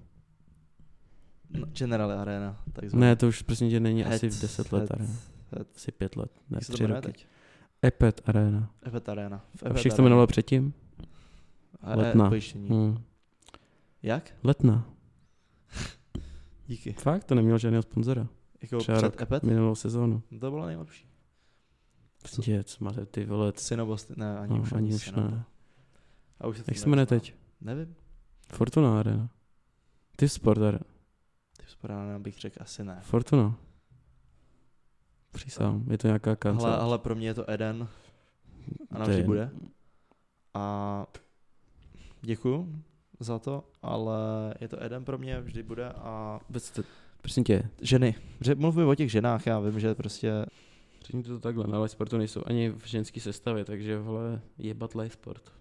Speaker 1: No, General Arena, takzvaně.
Speaker 2: Ne, to už prostě tě není
Speaker 1: Head,
Speaker 2: asi v 10 let
Speaker 1: head,
Speaker 2: arena.
Speaker 1: head.
Speaker 2: Asi 5 let, ne,
Speaker 1: Jak se to
Speaker 2: 3
Speaker 1: jmenuje
Speaker 2: roky.
Speaker 1: teď?
Speaker 2: Epet arena.
Speaker 1: Epet Arena. V
Speaker 2: A
Speaker 1: Epet
Speaker 2: všech se
Speaker 1: Arena.
Speaker 2: jmenovalo předtím?
Speaker 1: A-
Speaker 2: Letná.
Speaker 1: E, pojištění.
Speaker 2: Hmm.
Speaker 1: Jak?
Speaker 2: Letná.
Speaker 1: Díky.
Speaker 2: Fakt, to neměl žádného sponzora.
Speaker 1: Jako
Speaker 2: Třeba
Speaker 1: před
Speaker 2: rok.
Speaker 1: Epet?
Speaker 2: Minulou sezónu.
Speaker 1: No To bylo nejlepší.
Speaker 2: Prostě, co máte ty vole, c-
Speaker 1: Synobost, ne, ani
Speaker 2: no,
Speaker 1: už
Speaker 2: ani už
Speaker 1: Synobo.
Speaker 2: ne.
Speaker 1: A už se to
Speaker 2: Jak se jmenuje
Speaker 1: nepřizná.
Speaker 2: teď?
Speaker 1: Nevím.
Speaker 2: Fortuna arena. Ty sport arena.
Speaker 1: Ty správně bych řekl asi ne.
Speaker 2: Fortuna. Přísahám, je to nějaká kancelář.
Speaker 1: Ale, ale pro mě je to Eden a navždy
Speaker 2: je-
Speaker 1: bude. A děkuju za to, ale je to Eden pro mě, vždy bude a
Speaker 2: Vůbec to, prosím tě,
Speaker 1: ženy. Že- Mluv mi o těch ženách, já vím, že prostě
Speaker 2: řekni to takhle, na live sportu nejsou ani v ženský sestavě, takže vole, jebat live sport.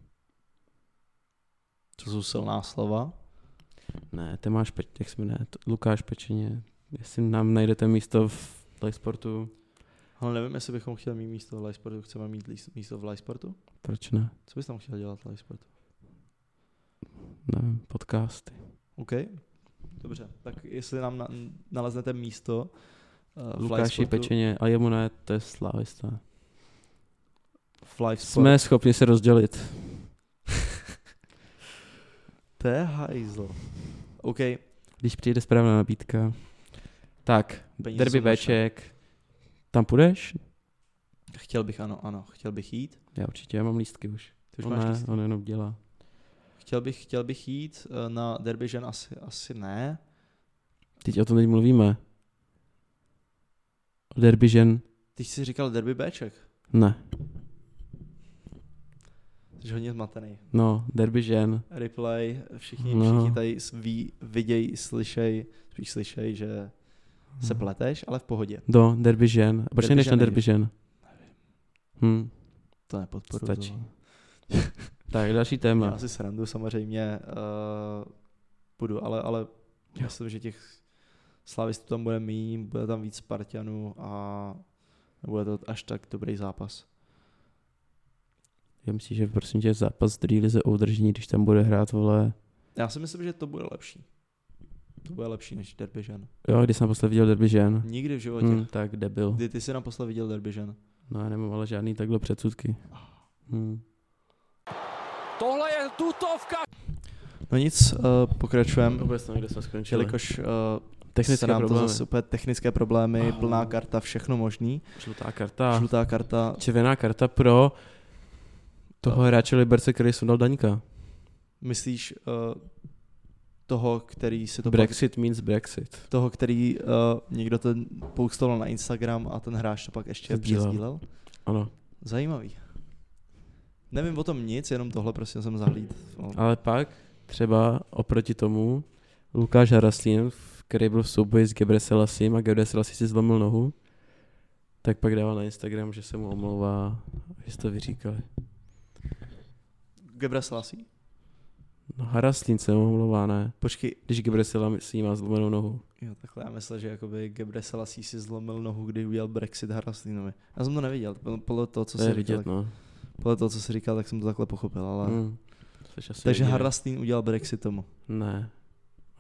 Speaker 1: to jsou silná slova.
Speaker 2: Ne, ty máš, peč, jak se jmenuje, to- Lukáš Pečeně, jestli nám najdete místo v live sportu,
Speaker 1: Ale nevím, jestli bychom chtěli mít místo v Lysportu. Chceme mít lís- místo v Lysportu?
Speaker 2: proč ne?
Speaker 1: Co bys tam chtěl dělat v Lysportu?
Speaker 2: Nevím, podcasty.
Speaker 1: OK, dobře. Tak jestli nám na, naleznete místo uh,
Speaker 2: Lukáši Pečeně, a jemu ne, to je slávista.
Speaker 1: Fly Jsme...
Speaker 2: Jsme schopni se rozdělit.
Speaker 1: To je hajzl. OK,
Speaker 2: Když přijde správná nabídka. Tak,
Speaker 1: Peníze
Speaker 2: derby
Speaker 1: jsou naše.
Speaker 2: Bček. Tam půjdeš?
Speaker 1: chtěl bych, ano, ano, chtěl bych jít.
Speaker 2: Já určitě, já mám lístky už.
Speaker 1: Ty už
Speaker 2: on
Speaker 1: máš
Speaker 2: ne,
Speaker 1: lístky?
Speaker 2: on jenom dělá.
Speaker 1: No Chtěl bych, chtěl bych jít eh, na derby žen asi, asi ne.
Speaker 2: Teď o tom teď mluvíme. O derby žen?
Speaker 1: Ty jsi říkal derby Bček.
Speaker 2: Ne.
Speaker 1: Jsi hodně zmatený.
Speaker 2: No, derby žen.
Speaker 1: Replay, všichni,
Speaker 2: No.
Speaker 1: všichni tady s- ví, viděj, slyšej, spíš slyšej, že se pleteš, ale v pohodě.
Speaker 2: Do derby žen. A Proč
Speaker 1: Derby
Speaker 2: nejdeš na
Speaker 1: žen
Speaker 2: derby žen? Hm.
Speaker 1: To No. nepodporuji.
Speaker 2: Stačí.
Speaker 1: tohle.
Speaker 2: Tak, další
Speaker 1: Já
Speaker 2: téma.
Speaker 1: si srandu samozřejmě uh, budu, ale, ale myslím, že těch slavistů tam bude míň, bude tam víc Spartianů a nebude to až tak dobrý zápas.
Speaker 2: Já myslím, že prosím tě zápas druhý lize o udržení, když tam bude hrát, vole,
Speaker 1: Já si myslím, že to bude lepší. To bude lepší než Derby žen.
Speaker 2: jo, když jsem naposled viděl derby žen.
Speaker 1: Nikdy v životě.
Speaker 2: Hmm,
Speaker 1: Hmm.
Speaker 2: tak debil.
Speaker 1: Kdy ty jsi naposled viděl Derby žen?
Speaker 2: No já nemám ale žádný takhle předsudky. Hmm.
Speaker 3: Tohle je tutovka.
Speaker 1: No nic, uh, pokračujeme.
Speaker 2: Vůbec nevím, kde jsme skončili.
Speaker 1: Jelikož uh,
Speaker 2: Technické
Speaker 1: se nám
Speaker 2: problémy.
Speaker 1: to zase úplně technické problémy, plná karta, všechno možný.
Speaker 2: Žlutá karta.
Speaker 1: Žlutá karta,
Speaker 2: Červená karta pro toho hráče Liberce, který sundal Daňka.
Speaker 1: myslíš uh, toho, který si to
Speaker 2: Brexit means Brexit.
Speaker 1: toho, který uh, někdo ten poustoval na Instagram a ten hráč to pak ještě
Speaker 2: Sdílel.
Speaker 1: sdílel.
Speaker 2: Ano.
Speaker 1: Zajímavý. Nevím o tom nic, jenom tohle prostě jsem zahlíd. No.
Speaker 2: Ale pak třeba oproti tomu Lukáš Haraslín, který byl v souboji s Gebreselasím a Gebreselasí si zlomil nohu, tak pak dával na Instagram, že se mu omlouvá, že jste to vyříkali.
Speaker 1: Gebra Selassie?
Speaker 2: No Haraslín se mu omlouvá, ne?
Speaker 1: Počkej,
Speaker 2: Když Gebreselasí má zlomenou nohu.
Speaker 1: jo, takhle já myslel, že jakoby Gebra Selassie si zlomil nohu, kdy udělal Brexit Haraslinovi. Já jsem to neviděl, podle- podle toho, co
Speaker 2: to je
Speaker 1: jsi
Speaker 2: vidět,
Speaker 1: říkal, tak-
Speaker 2: no.
Speaker 1: podle toho, co jsi říkal, tak jsem to takhle pochopil, ale... Hmm.
Speaker 2: Hmm. Což asi
Speaker 1: Takže
Speaker 2: lidi ne-
Speaker 1: Haraslín udělal Brexit tomu.
Speaker 2: Ne.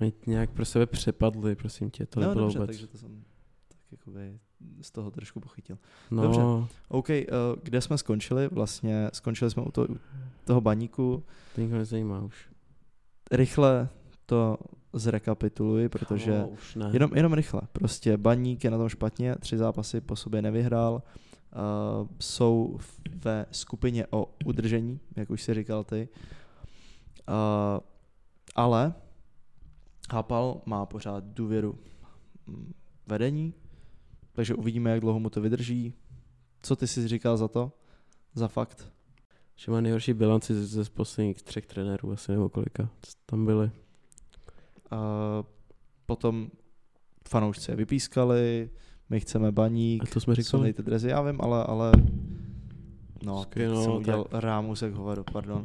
Speaker 2: Oni nějak pro sebe přepadli, prosím tě, to
Speaker 1: no,
Speaker 2: nebylo
Speaker 1: dobře,
Speaker 2: vůbec.
Speaker 1: takže to jsem tak jakoby z toho trošku pochytil.
Speaker 2: No,
Speaker 1: Dobře. OK, eh, kde jsme skončili? Vlastně skončili jsme u, to, u toho baníku.
Speaker 2: to nikdo nezajímá už.
Speaker 1: Rychle to zrekapituluji, protože
Speaker 2: No, už ne.
Speaker 1: jenom, jenom rychle. Prostě baník je na tom špatně, tři zápasy po sobě nevyhrál. Uh, jsou v- ve skupině o udržení, jak už si říkal ty. Uh, ale Hapal má pořád důvěru mm, vedení, takže uvidíme, jak dlouho mu to vydrží. Co ty jsi říkal za to? Za fakt?
Speaker 2: Že má nejhorší bilanci ze, ze posledních třech trenérů, asi nebo kolika co tam byli.
Speaker 1: A potom fanoušci je vypískali, my chceme baník,
Speaker 2: A to jsme říkali.
Speaker 1: sundejte dresy, já vím, ale, ale no,
Speaker 2: Skvěle,
Speaker 1: teď
Speaker 2: no,
Speaker 1: jsem udělal rámus jak hovado, pardon.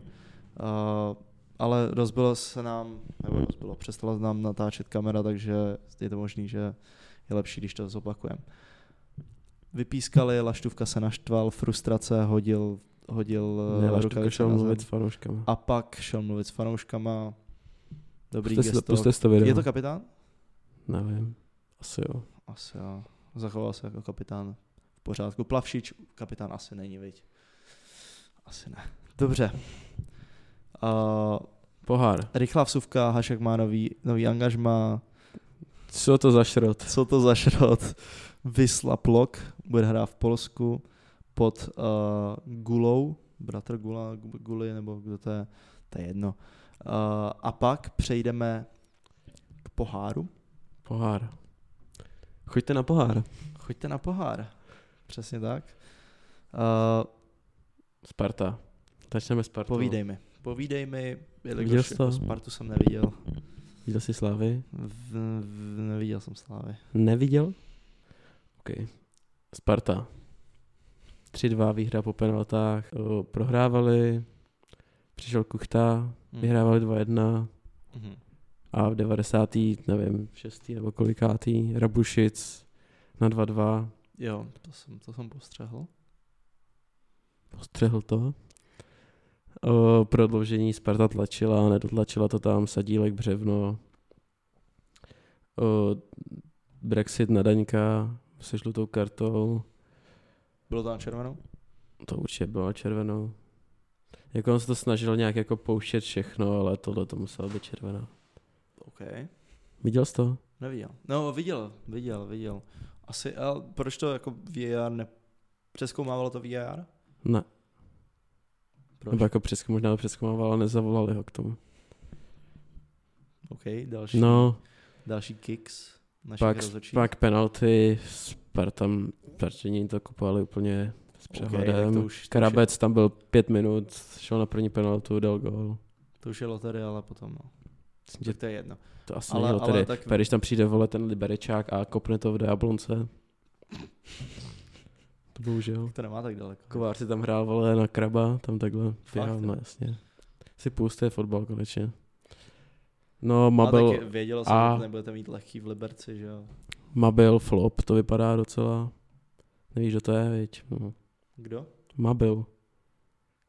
Speaker 1: Uh, ale rozbilo se nám, nebo rozbilo, přestala nám natáčet kamera, takže je to možný, že je lepší, když to zopakujeme. Vypískali, Laštůvka se naštval, frustrace, hodil, hodil eh,
Speaker 2: Ne, až to
Speaker 1: rukavice
Speaker 2: šel
Speaker 1: na
Speaker 2: mluvit s
Speaker 1: zem.
Speaker 2: fanouškama.
Speaker 1: A pak šel mluvit s fanouškama. Dobrý
Speaker 2: Puste si, to-
Speaker 1: gesto.
Speaker 2: puste si to video.
Speaker 1: Je to kapitán?
Speaker 2: Nevím. Asi jo.
Speaker 1: Asi jo. Zachoval se jako kapitán v pořádku. Plavšič, kapitán asi není, viď? Asi ne. Dobře. Uh,
Speaker 2: Pohár.
Speaker 1: rychlá vsuvka, Hašek má nový, nový angažma.
Speaker 2: Co to za šrot?
Speaker 1: Co to za šrot? Vysla Plok, bude hrát v Polsku pod uh, Gulou, bratr Gula, Gu- Guly, nebo kdo to je, to je jedno. Uh, a pak přejdeme k poháru.
Speaker 2: Pohár. Choďte na pohár.
Speaker 1: Choďte na pohár. Přesně tak. Uh,
Speaker 2: Sparta. Začneme Spartou.
Speaker 1: Povídej mi. Povídej mi,
Speaker 2: Viděl
Speaker 1: jelikož
Speaker 2: jsi
Speaker 1: jako
Speaker 2: to?
Speaker 1: Spartu jsem neviděl.
Speaker 2: Viděl jsi Slávy?
Speaker 1: V, v, neviděl jsem Slávy.
Speaker 2: Neviděl? OK. Sparta. 3-2 výhra po penaltách. O, Prohrávali. Přišel Kuchta. Vyhrávali 2-1.
Speaker 1: Mhm.
Speaker 2: a v 90. nevím, 6. nebo kolikátý Rabušic na 2-2
Speaker 1: Jo, to jsem, to jsem postřehl.
Speaker 2: postřehl to. O, prodloužení Sparta tlačila, nedotlačila to tam, sadílek břevno. O, Brexit na Daňka se žlutou kartou,
Speaker 1: Bylo to na červenou?
Speaker 2: to určitě bylo na červenou. Jako on se to snažil nějak jako pouštět všechno, ale tohle to muselo být červená.
Speaker 1: OK.
Speaker 2: Viděl jsi to?
Speaker 1: Neviděl. No, viděl, viděl, viděl. Asi, ale proč to jako VAR ne... Přeskoumávalo to VAR?
Speaker 2: Ne,
Speaker 1: Proč?
Speaker 2: nebo jako přeskum, možná přeskumoval, ale nezavolali ho k tomu.
Speaker 1: OK, další, no.
Speaker 2: No,
Speaker 1: další kicks našich
Speaker 2: Pak,
Speaker 1: rozhodčích.
Speaker 2: pak penalty, Spartam, Spartění to kupovali úplně s přehledem.
Speaker 1: tak to
Speaker 2: Okay,
Speaker 1: už- to už je-
Speaker 2: Karabec tam byl pět minut, šel na první penaltu, dal gol.
Speaker 1: To už je loterie, ale potom no.
Speaker 2: Myslím, že
Speaker 1: Tak to je jedno.
Speaker 2: to asi
Speaker 1: Ale-
Speaker 2: ale,
Speaker 1: ale
Speaker 2: ale
Speaker 1: tak-
Speaker 2: tak... Když tam přijde vole ten Liberečák a kopne to v Diablonce. To bohužel.
Speaker 1: To nemá tak daleko.
Speaker 2: Kovář si tam hrál, vole, na kraba, tam takhle běhal,
Speaker 1: jo?
Speaker 2: no jasně. Si pusté fotbal konečně. No,
Speaker 1: Mabel...
Speaker 2: Mabel,
Speaker 1: taky vědělo jsem,
Speaker 2: a-
Speaker 1: že to nebudete mít lehký v Liberci, že jo.
Speaker 2: Mabel flop, to vypadá docela, nevíš, kdo to je, viď? No.
Speaker 1: Kdo?
Speaker 2: Mabel,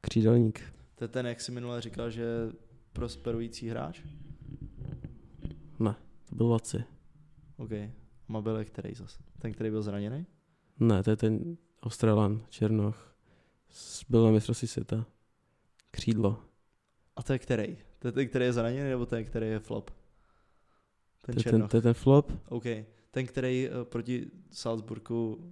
Speaker 2: křídelník.
Speaker 1: To je ten, jak jsi minule říkal, že je prosperující hráč?
Speaker 2: To byl Laci.
Speaker 1: OK. Mabel je který zas? Ten, který byl zraněný?
Speaker 2: Ne, to je ten Australan, Černoch. S- Byl na mistrovství světa. Křídlo.
Speaker 1: A to je který? To je ten, který je zraněný, nebo ten, který je flop? Ten
Speaker 2: To je ten,
Speaker 1: Černoch.
Speaker 2: to je ten flop.
Speaker 1: OK. Ten, který eh, proti Salzburgu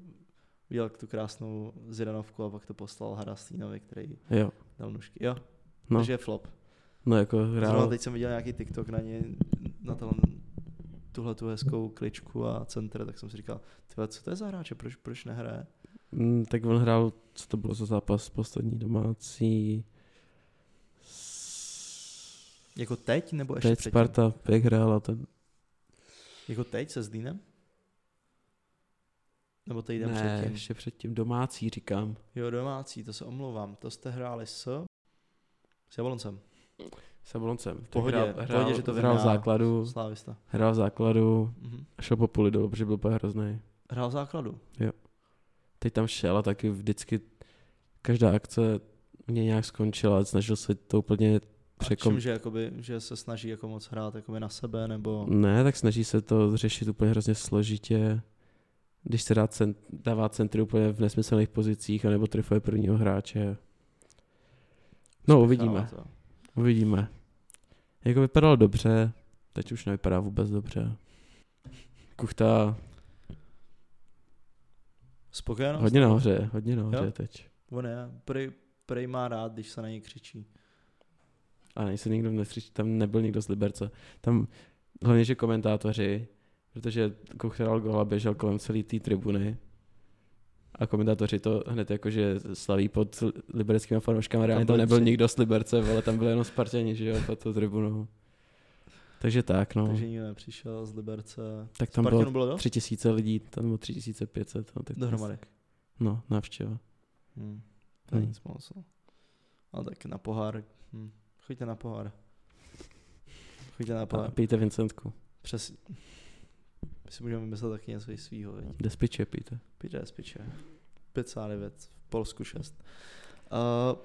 Speaker 1: udělal tu krásnou Zidanovku a pak to poslal Harastýnovi, který
Speaker 2: Jo,
Speaker 1: dal nůžky. Jo, no.
Speaker 2: no,
Speaker 1: takže je flop.
Speaker 2: no jako
Speaker 1: Zrovna
Speaker 2: hrál.
Speaker 1: teď jsem viděl nějaký TikTok na ně, na ten, tuhle tu hezkou kličku a centra, tak jsem si říkal, tyhle, co to je za hráče, proč, proč nehraje?
Speaker 2: Mm, tak on hrál, co to bylo za zápas, poslední domácí. S-
Speaker 1: Jako teď nebo ještě
Speaker 2: Teď
Speaker 1: předtím?
Speaker 2: Sparta, jak hrála ten.
Speaker 1: Jako teď se Zlínem? Nebo týden
Speaker 2: ne,
Speaker 1: předtím?
Speaker 2: ještě předtím domácí říkám.
Speaker 1: Jo, domácí, to se omlouvám. To jste hráli s... S Jabloncem.
Speaker 2: S Jabloncem.
Speaker 1: Pohodě,
Speaker 2: hrál, hrál,
Speaker 1: pohodě, že to
Speaker 2: hrál v
Speaker 1: vyhrál.
Speaker 2: základu,
Speaker 1: Slávista.
Speaker 2: hrál v základu,
Speaker 1: Mhm.
Speaker 2: šel po půli dolů, protože byl úplně hrozný.
Speaker 1: Hrál v základu.
Speaker 2: Teď tam šel a taky vždycky každá akce mě nějak skončila, a snažil se to úplně
Speaker 1: Překom...
Speaker 2: překom...
Speaker 1: Čím, že, jakoby, že se snaží jako moc hrát jakoby na sebe, nebo...
Speaker 2: Ne, tak snaží se to řešit úplně hrozně složitě. Když se dá cent, dává centry úplně v nesmyslných pozicích, anebo trefuje prvního hráče. No, uvidíme.
Speaker 1: Přechává to.
Speaker 2: Uvidíme. Jako vypadalo dobře, teď už nevypadá vůbec dobře. Kuchta
Speaker 1: Spokojenost?
Speaker 2: hodně nahoře, hodně nahoře
Speaker 1: Jo?
Speaker 2: teď.
Speaker 1: On je, prej, prej má rád, když se na něj křičí.
Speaker 2: A nejsi nikdo v Nestřič, tam nebyl nikdo z Liberce. Tam hlavně, že komentátoři, protože Kuchta dal gól a běžel kolem celé té tribuny. A komentátoři to hned jako, že slaví pod libereckými fanouškama, reálně tam
Speaker 1: byli
Speaker 2: nebyl
Speaker 1: tři.
Speaker 2: nikdo z Liberce, ale tam byli jenom Spartěni, že jo, pod tou tribunou. Takže tak, no.
Speaker 1: Takže nikdo nepřišel z Liberce.
Speaker 2: tak tam
Speaker 1: Tam
Speaker 2: bylo
Speaker 1: bylo, bylo dost?
Speaker 2: tři tisíce lidí, tam bylo tři tisíce pětset. No, tak
Speaker 1: Dohromady.
Speaker 2: No, návštěva.
Speaker 1: Hmm. To je
Speaker 2: Hmm.
Speaker 1: nic moc. no. A tak na pohár. Hmm. Choďte na pohár. Choďte na
Speaker 2: A
Speaker 1: pohár.
Speaker 2: pijte Vincentku.
Speaker 1: Přes... My si můžeme vymyslet taky něco i svýho. Veď.
Speaker 2: Despiče pijte.
Speaker 1: Píte z piče. 59, v Polsku 6. Uh,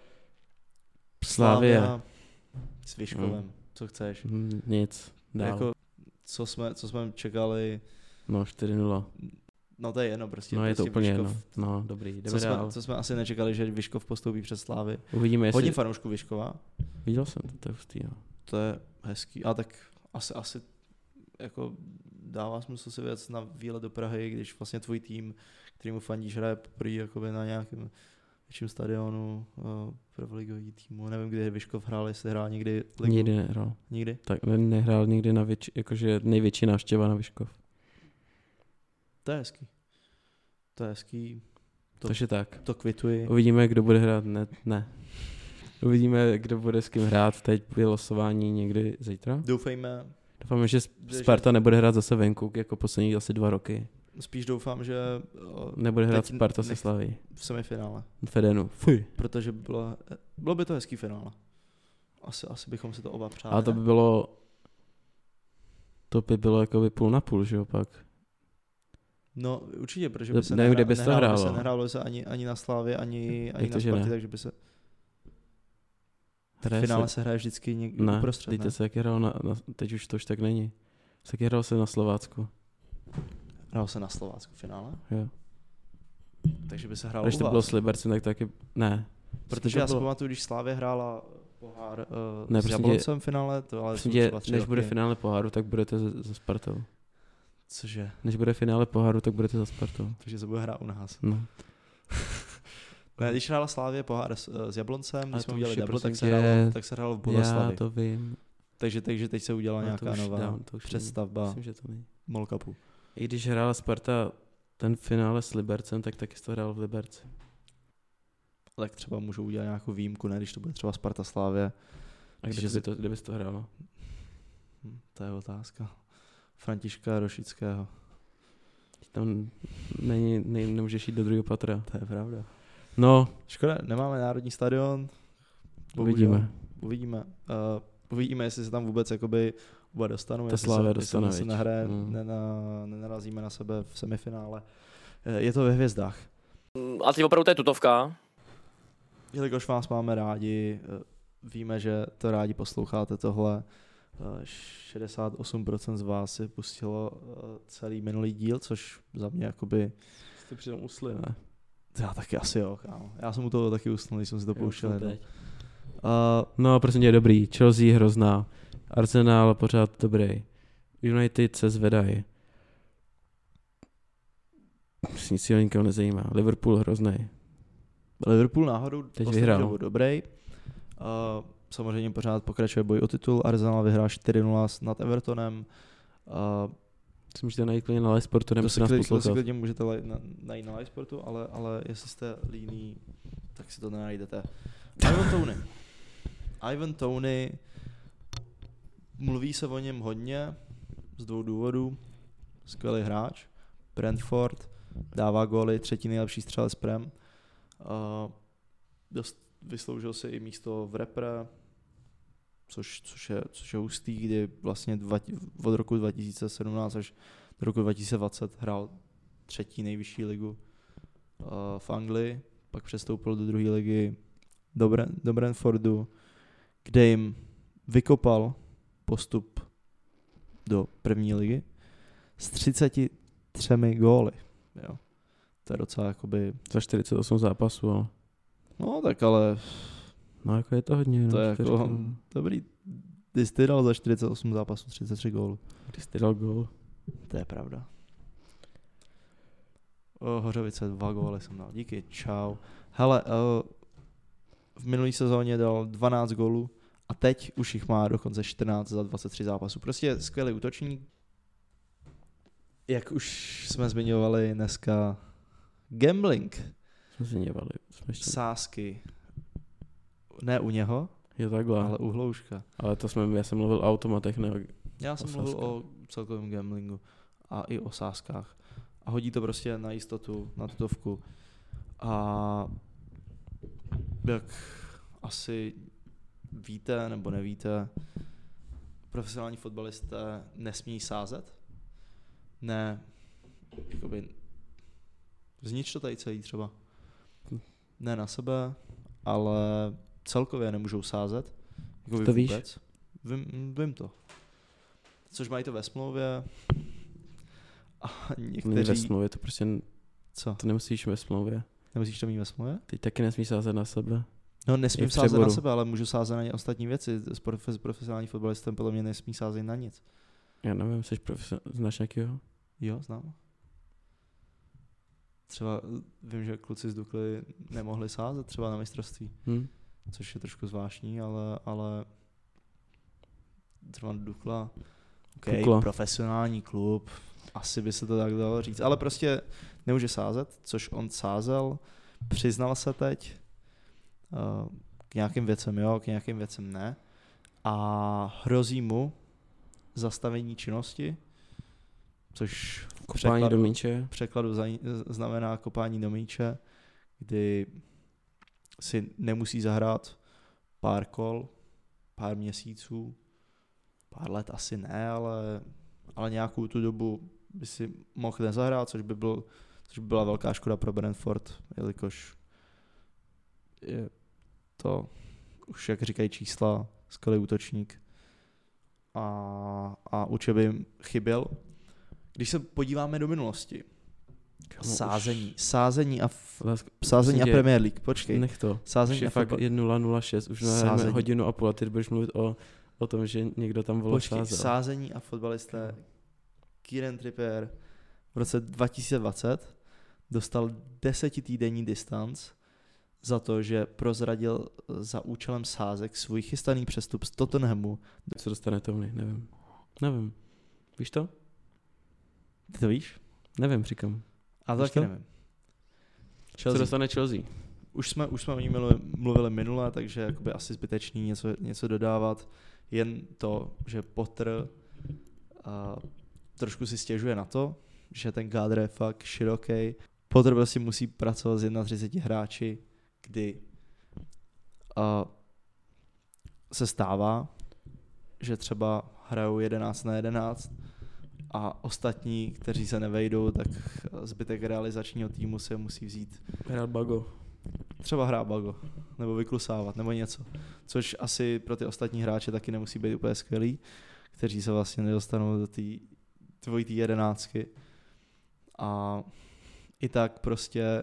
Speaker 2: Slávě.
Speaker 1: S Vyškovem, co chceš.
Speaker 2: Mm, Nic. Hmm. Dál.
Speaker 1: Jako, co jsme, co jsme čekali,
Speaker 2: No, 4-0.
Speaker 1: no to je jedno prostě.
Speaker 2: No je to
Speaker 1: prostě
Speaker 2: úplně
Speaker 1: Vyškov,
Speaker 2: jedno. No, dobrý, jdeme
Speaker 1: Co
Speaker 2: dál.
Speaker 1: jsme, co jsme asi nečekali, že Vyškov postoupí přes Slávy.
Speaker 2: Uvidíme, jestli...
Speaker 1: Hodně fanoušků Vyškova,
Speaker 2: Viděl jsem to, to je hustý, no.
Speaker 1: to je hezký. A tak asi, asi jako dává smysl si věc na výlet do Prahy, když vlastně tvůj tým, kterýmu fandíš, hraje prý jakoby na nějakém větším stadionu uh, prvoligový týmu. Nevím, kdy Vyškov hrál, jestli hrál někdy ligu.
Speaker 2: Nikdy nehrál.
Speaker 1: Nikdy?
Speaker 2: Tak ne- nehrál nikdy na větši, jakože největší návštěva na Vyškov.
Speaker 1: To je hezký. To je hezký, To-
Speaker 2: Takže tak.
Speaker 1: to kvituji.
Speaker 2: Uvidíme, kdo bude hrát, ne, ne. Uvidíme, kdo bude s kým hrát. Teď je losování někdy zítra.
Speaker 1: Doufejme,
Speaker 2: Doufám, že Sp- Sparta nebude hrát zase venku, jako poslední asi dva roky.
Speaker 1: spíš doufám, že uh,
Speaker 2: Nebude hrát
Speaker 1: Teď
Speaker 2: Sparta se
Speaker 1: nech-
Speaker 2: Slaví.
Speaker 1: v semifinále.
Speaker 2: Fedenu. Fuj.
Speaker 1: Protože by bylo, bylo by to hezký finále. Asi, asi bychom si to oba přáli.
Speaker 2: A to by
Speaker 1: ne?
Speaker 2: bylo... To by bylo jakoby půl na půl, že jo, pak.
Speaker 1: No určitě, protože
Speaker 2: Ne-
Speaker 1: by se
Speaker 2: nevím, kde by se to
Speaker 1: nehrálo, by
Speaker 2: hrálo.
Speaker 1: se, nehrálo by se ani, ani na Slávě, ani, ani
Speaker 2: Jak to,
Speaker 1: na
Speaker 2: že
Speaker 1: Spartě,
Speaker 2: ne?
Speaker 1: takže by se v
Speaker 2: Hraje
Speaker 1: finále se hraje vždycky někde
Speaker 2: Ne,
Speaker 1: uprostřed.
Speaker 2: teď
Speaker 1: Ne?
Speaker 2: se taky hrál na, na, teď už to už tak není. Se taky hrál se na Slovácku.
Speaker 1: Hrálo se na Slovácku v finále,
Speaker 2: Jo.
Speaker 1: takže by se hrálo
Speaker 2: Když
Speaker 1: u
Speaker 2: to
Speaker 1: vás.
Speaker 2: bylo s Libercem, tak taky, ne.
Speaker 1: Protože
Speaker 2: to
Speaker 1: já si
Speaker 2: bylo-
Speaker 1: pamatuju, když Slávě hrála pohár uh,
Speaker 2: Ne, prostě
Speaker 1: s
Speaker 2: prosím tě-
Speaker 1: Jabloncem v finále, to ale
Speaker 2: Prosím
Speaker 1: jsou
Speaker 2: tě,
Speaker 1: třeba tři
Speaker 2: než
Speaker 1: roky.
Speaker 2: bude finále poháru, tak budete za, za Spartou.
Speaker 1: Cože,
Speaker 2: Než bude finále poháru, tak budete za Spartou.
Speaker 1: takže se bude hrát u nás.
Speaker 2: No.
Speaker 1: Ne, když hrála Slávě pohár s, eh, s Jabloncem,
Speaker 2: Ale
Speaker 1: když
Speaker 2: to
Speaker 1: jsme
Speaker 2: už
Speaker 1: udělali
Speaker 2: je,
Speaker 1: double, tak se,
Speaker 2: prosím tě,
Speaker 1: hrálo, tak se hrálo v
Speaker 2: Já
Speaker 1: Boleslavi.
Speaker 2: to vím.
Speaker 1: Takže, takže teď se udělala
Speaker 2: ale to
Speaker 1: nějaká
Speaker 2: už
Speaker 1: nová
Speaker 2: dám, to už není.
Speaker 1: představba
Speaker 2: Myslím, že to není.
Speaker 1: Molkapu.
Speaker 2: I když hrála Sparta ten finále s Libercem, tak taky to hrál v Liberci.
Speaker 1: Tak třeba můžou udělat nějakou výjimku, ne, když to bude třeba Sparta Slávě.
Speaker 2: A kde,
Speaker 1: Že
Speaker 2: by
Speaker 1: si-
Speaker 2: to, kde bys to hrálo?
Speaker 1: Hm, To je otázka. Františka Rošického.
Speaker 2: Tam není, ne, nemůžeš jít do druhého patra.
Speaker 1: To je pravda.
Speaker 2: No,
Speaker 1: Škoda, nemáme národní stadion. Bohužel.
Speaker 2: uvidíme.
Speaker 1: Uvidíme. Uh, uvidíme, jestli se tam vůbec jakoby oba dostanou.
Speaker 2: Ta
Speaker 1: jestli
Speaker 2: Slávia
Speaker 1: se,
Speaker 2: dostane,
Speaker 1: Jestli se
Speaker 2: viď?
Speaker 1: nehraje,
Speaker 2: Mm.
Speaker 1: nena, nenarazíme na sebe v semifinále. Eh, Je to ve hvězdách.
Speaker 4: A teď opravdu to je tutovka.
Speaker 1: Jelikož vás máme rádi, eh, víme, že to rádi posloucháte tohle. Eh, 68% z vás si pustilo eh, celý minulý díl, což za mě jakoby...
Speaker 2: Jste přitom usli, ne?
Speaker 1: Já taky asi jo, kámo. Já jsem u toho taky usnul, když jsem si to no. pouštěl. Eh, jednou.
Speaker 2: Uh, no, prosím tě, dobrý. Chelsea hrozná. Arsenal pořád dobrý. United se zvedají. Už Nic jiného nikoho nezajímá. Liverpool hrozný.
Speaker 1: Liverpool náhodou Teď
Speaker 2: vyhrál.
Speaker 1: Dobu dobrý. Uh, samozřejmě pořád pokračuje boj o titul. Arsenal vyhrál 4-0 s- nad Evertonem. Uh,
Speaker 2: Co můžete najít klidně na live sportu, nebo
Speaker 1: to
Speaker 2: si
Speaker 1: si
Speaker 2: nás
Speaker 1: klidně, to si
Speaker 2: poslouchat.
Speaker 1: klidně můžete li- na- najít na live sportu, ale, ale jestli jste líní, tak si to nenajdete. Ivan Tony. Ivan Tony, mluví se o něm hodně, z dvou důvodů. Skvělý hráč, Brentford, dává góly, třetí nejlepší střelec Prem. Uh, dost vysloužil si i místo v repre, což, což, je, což je hustý, kdy vlastně dva, od roku 2017 až do roku 2020 hrál třetí nejvyšší ligu uh, v Anglii, pak přestoupil do druhé ligy do, Bran- do Brentfordu, kde jim vykopal postup do první ligy s 33 góly. Jo. To je docela jakoby,
Speaker 2: Za 48 zápasů, ale...
Speaker 1: no tak ale
Speaker 2: No, jako je to hodně. no,
Speaker 1: To je
Speaker 2: čtyři,
Speaker 1: jako-
Speaker 2: no.
Speaker 1: dobrý, ty jsi dal za 48 zápasů 33 gólů.
Speaker 2: Když jste dal gol.
Speaker 1: To je pravda. O, Eh, Hořovice, dva góly jsem dal. Díky, čau. Hele, o, v minulý sezóně dal 12 gólů a teď už jich má dokonce 14 za 23 zápasů. Prostě skvělý útočník. Jak už jsme zmiňovali dneska, gambling,
Speaker 2: Jsme se dívali. Jsme ještě...
Speaker 1: sásky, ne u něho,
Speaker 2: Jo, takhle. Ale...
Speaker 1: ale u Hlouška.
Speaker 2: ale, to jsme, já jsem mluvil o automatech, ne o
Speaker 1: Já jsem
Speaker 2: O
Speaker 1: mluvil
Speaker 2: sázkách.
Speaker 1: o celkovém gamblingu a i o sáskách. A hodí to prostě na jistotu, na tutovku. A jak asi víte nebo nevíte, profesionální fotbalisté nesmí sázet. Ne, jakoby znič to tady celý třeba. Ne na sebe, ale celkově nemůžou sázet. Jakoby
Speaker 2: To víš?
Speaker 1: Vůbec. Vím, vím to. Což mají to ve smlouvě. A
Speaker 2: Není ve
Speaker 1: někteří...
Speaker 2: smlouvě, to prostě n-
Speaker 1: Co?
Speaker 2: to nemusíš ve smlouvě.
Speaker 1: Nemusíš to mít ve smlouvě?
Speaker 2: Teď taky nesmíš sázet na sebe.
Speaker 1: No
Speaker 2: I
Speaker 1: nesmím
Speaker 2: v
Speaker 1: sázet na
Speaker 2: přeboru.
Speaker 1: sebe, ale můžu sázet na ně ostatní věci. S, profe- s profesionálním fotbalistem podle mě nesmí sázet na nic.
Speaker 2: Já nevím, jsi profesor, znáš nějakého?
Speaker 1: Jo, znám. Třeba eh, vím, že kluci z Dukly nemohli sázet třeba na mistrovství,
Speaker 2: Hm?
Speaker 1: což je trošku zvláštní, ale, ale třeba Dukla, okay,
Speaker 2: Dukla.
Speaker 1: profesionální klub, asi by se to tak dalo říct, ale prostě nemůže sázet, což on sázel, přiznal se teď eh, k nějakým věcem jo, k nějakým věcem ne a hrozí mu zastavení činnosti, což v
Speaker 2: Kopání
Speaker 1: překladu-
Speaker 2: do míče.
Speaker 1: překladu zaj- znamená kopání do míče, kdy si nemusí zahrát pár kol, pár měsíců, pár let asi ne, ale, ale nějakou tu dobu by si mohl nezahrát, což by, byl, což by byla velká škoda pro Brentford, jelikož je to už jak říkají čísla, skvělý útočník a, a určitě by jim chyběl. Když se podíváme do minulosti,
Speaker 2: Kámo, už-
Speaker 1: Sázení. Sázení a, f-
Speaker 2: Ale
Speaker 1: sázení a
Speaker 2: tě,
Speaker 1: Premier League, počkej.
Speaker 2: Nech to. Už
Speaker 1: sázení a
Speaker 2: je fakt
Speaker 1: fotbal.
Speaker 2: 1.006, už
Speaker 1: Sázení.
Speaker 2: máme hodinu a půl a ty budeš mluvit o, o tom, že někdo tam volal
Speaker 1: Počkej,
Speaker 2: sázel.
Speaker 1: sázení a fotbalisté Kieran Trippier v roce 2020 dostal desetitýdenní distanc za to, že prozradil za účelem sázek svůj chystaný přestup z Tottenhamu.
Speaker 2: Co dostane Tony, nevím. Nevím. Víš to?
Speaker 1: Ty to víš?
Speaker 2: Nevím, říkám.
Speaker 1: A to
Speaker 2: Víš
Speaker 1: taky
Speaker 2: to?
Speaker 1: nevím.
Speaker 2: Co
Speaker 1: Chelsea.
Speaker 2: dostane Chelsea?
Speaker 1: Už jsme, už jsme o ní mluvili, mluvili minule, takže jakoby asi zbytečný něco, něco dodávat. Jen to, že Potter uh, trošku si stěžuje na to, že ten kádr je fakt široký. Potter prostě musí pracovat s 31 hráči, kdy uh, se stává, že třeba hrajou 11 na 11 a ostatní, kteří se nevejdou, tak zbytek realizačního týmu se musí vzít.
Speaker 2: Hrát Bago.
Speaker 1: Třeba hrát bago, nebo vyklusávat, nebo něco. Což asi pro ty ostatní hráče taky nemusí být úplně skvělý, kteří se vlastně nedostanou do té dvojitý jedenáctky. A i tak prostě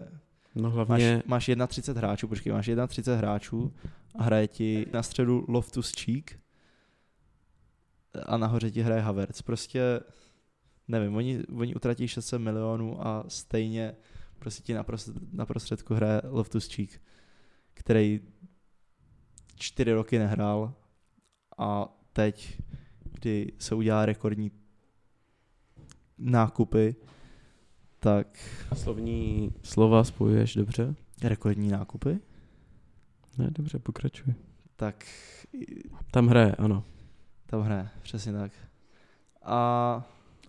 Speaker 2: No
Speaker 1: máš,
Speaker 2: hlavně,
Speaker 1: máš 31 hráčů, počkej, máš 31 hráčů a hraje ti na středu Loftus Cheek a nahoře ti hraje Havertz. Prostě nevím, oni, oni utratí 600 milionů a stejně prostě ti naprost, na prostředku hraje Loftus Cheek, který čtyři roky nehrál a teď, kdy se udělá rekordní nákupy, tak
Speaker 2: slovní slova spojuješ dobře?
Speaker 1: rekordní nákupy,
Speaker 2: Ne, dobře, pokračuj.
Speaker 1: tak
Speaker 2: Tam hraje, ano.
Speaker 1: Tam hraje, přesně tak. A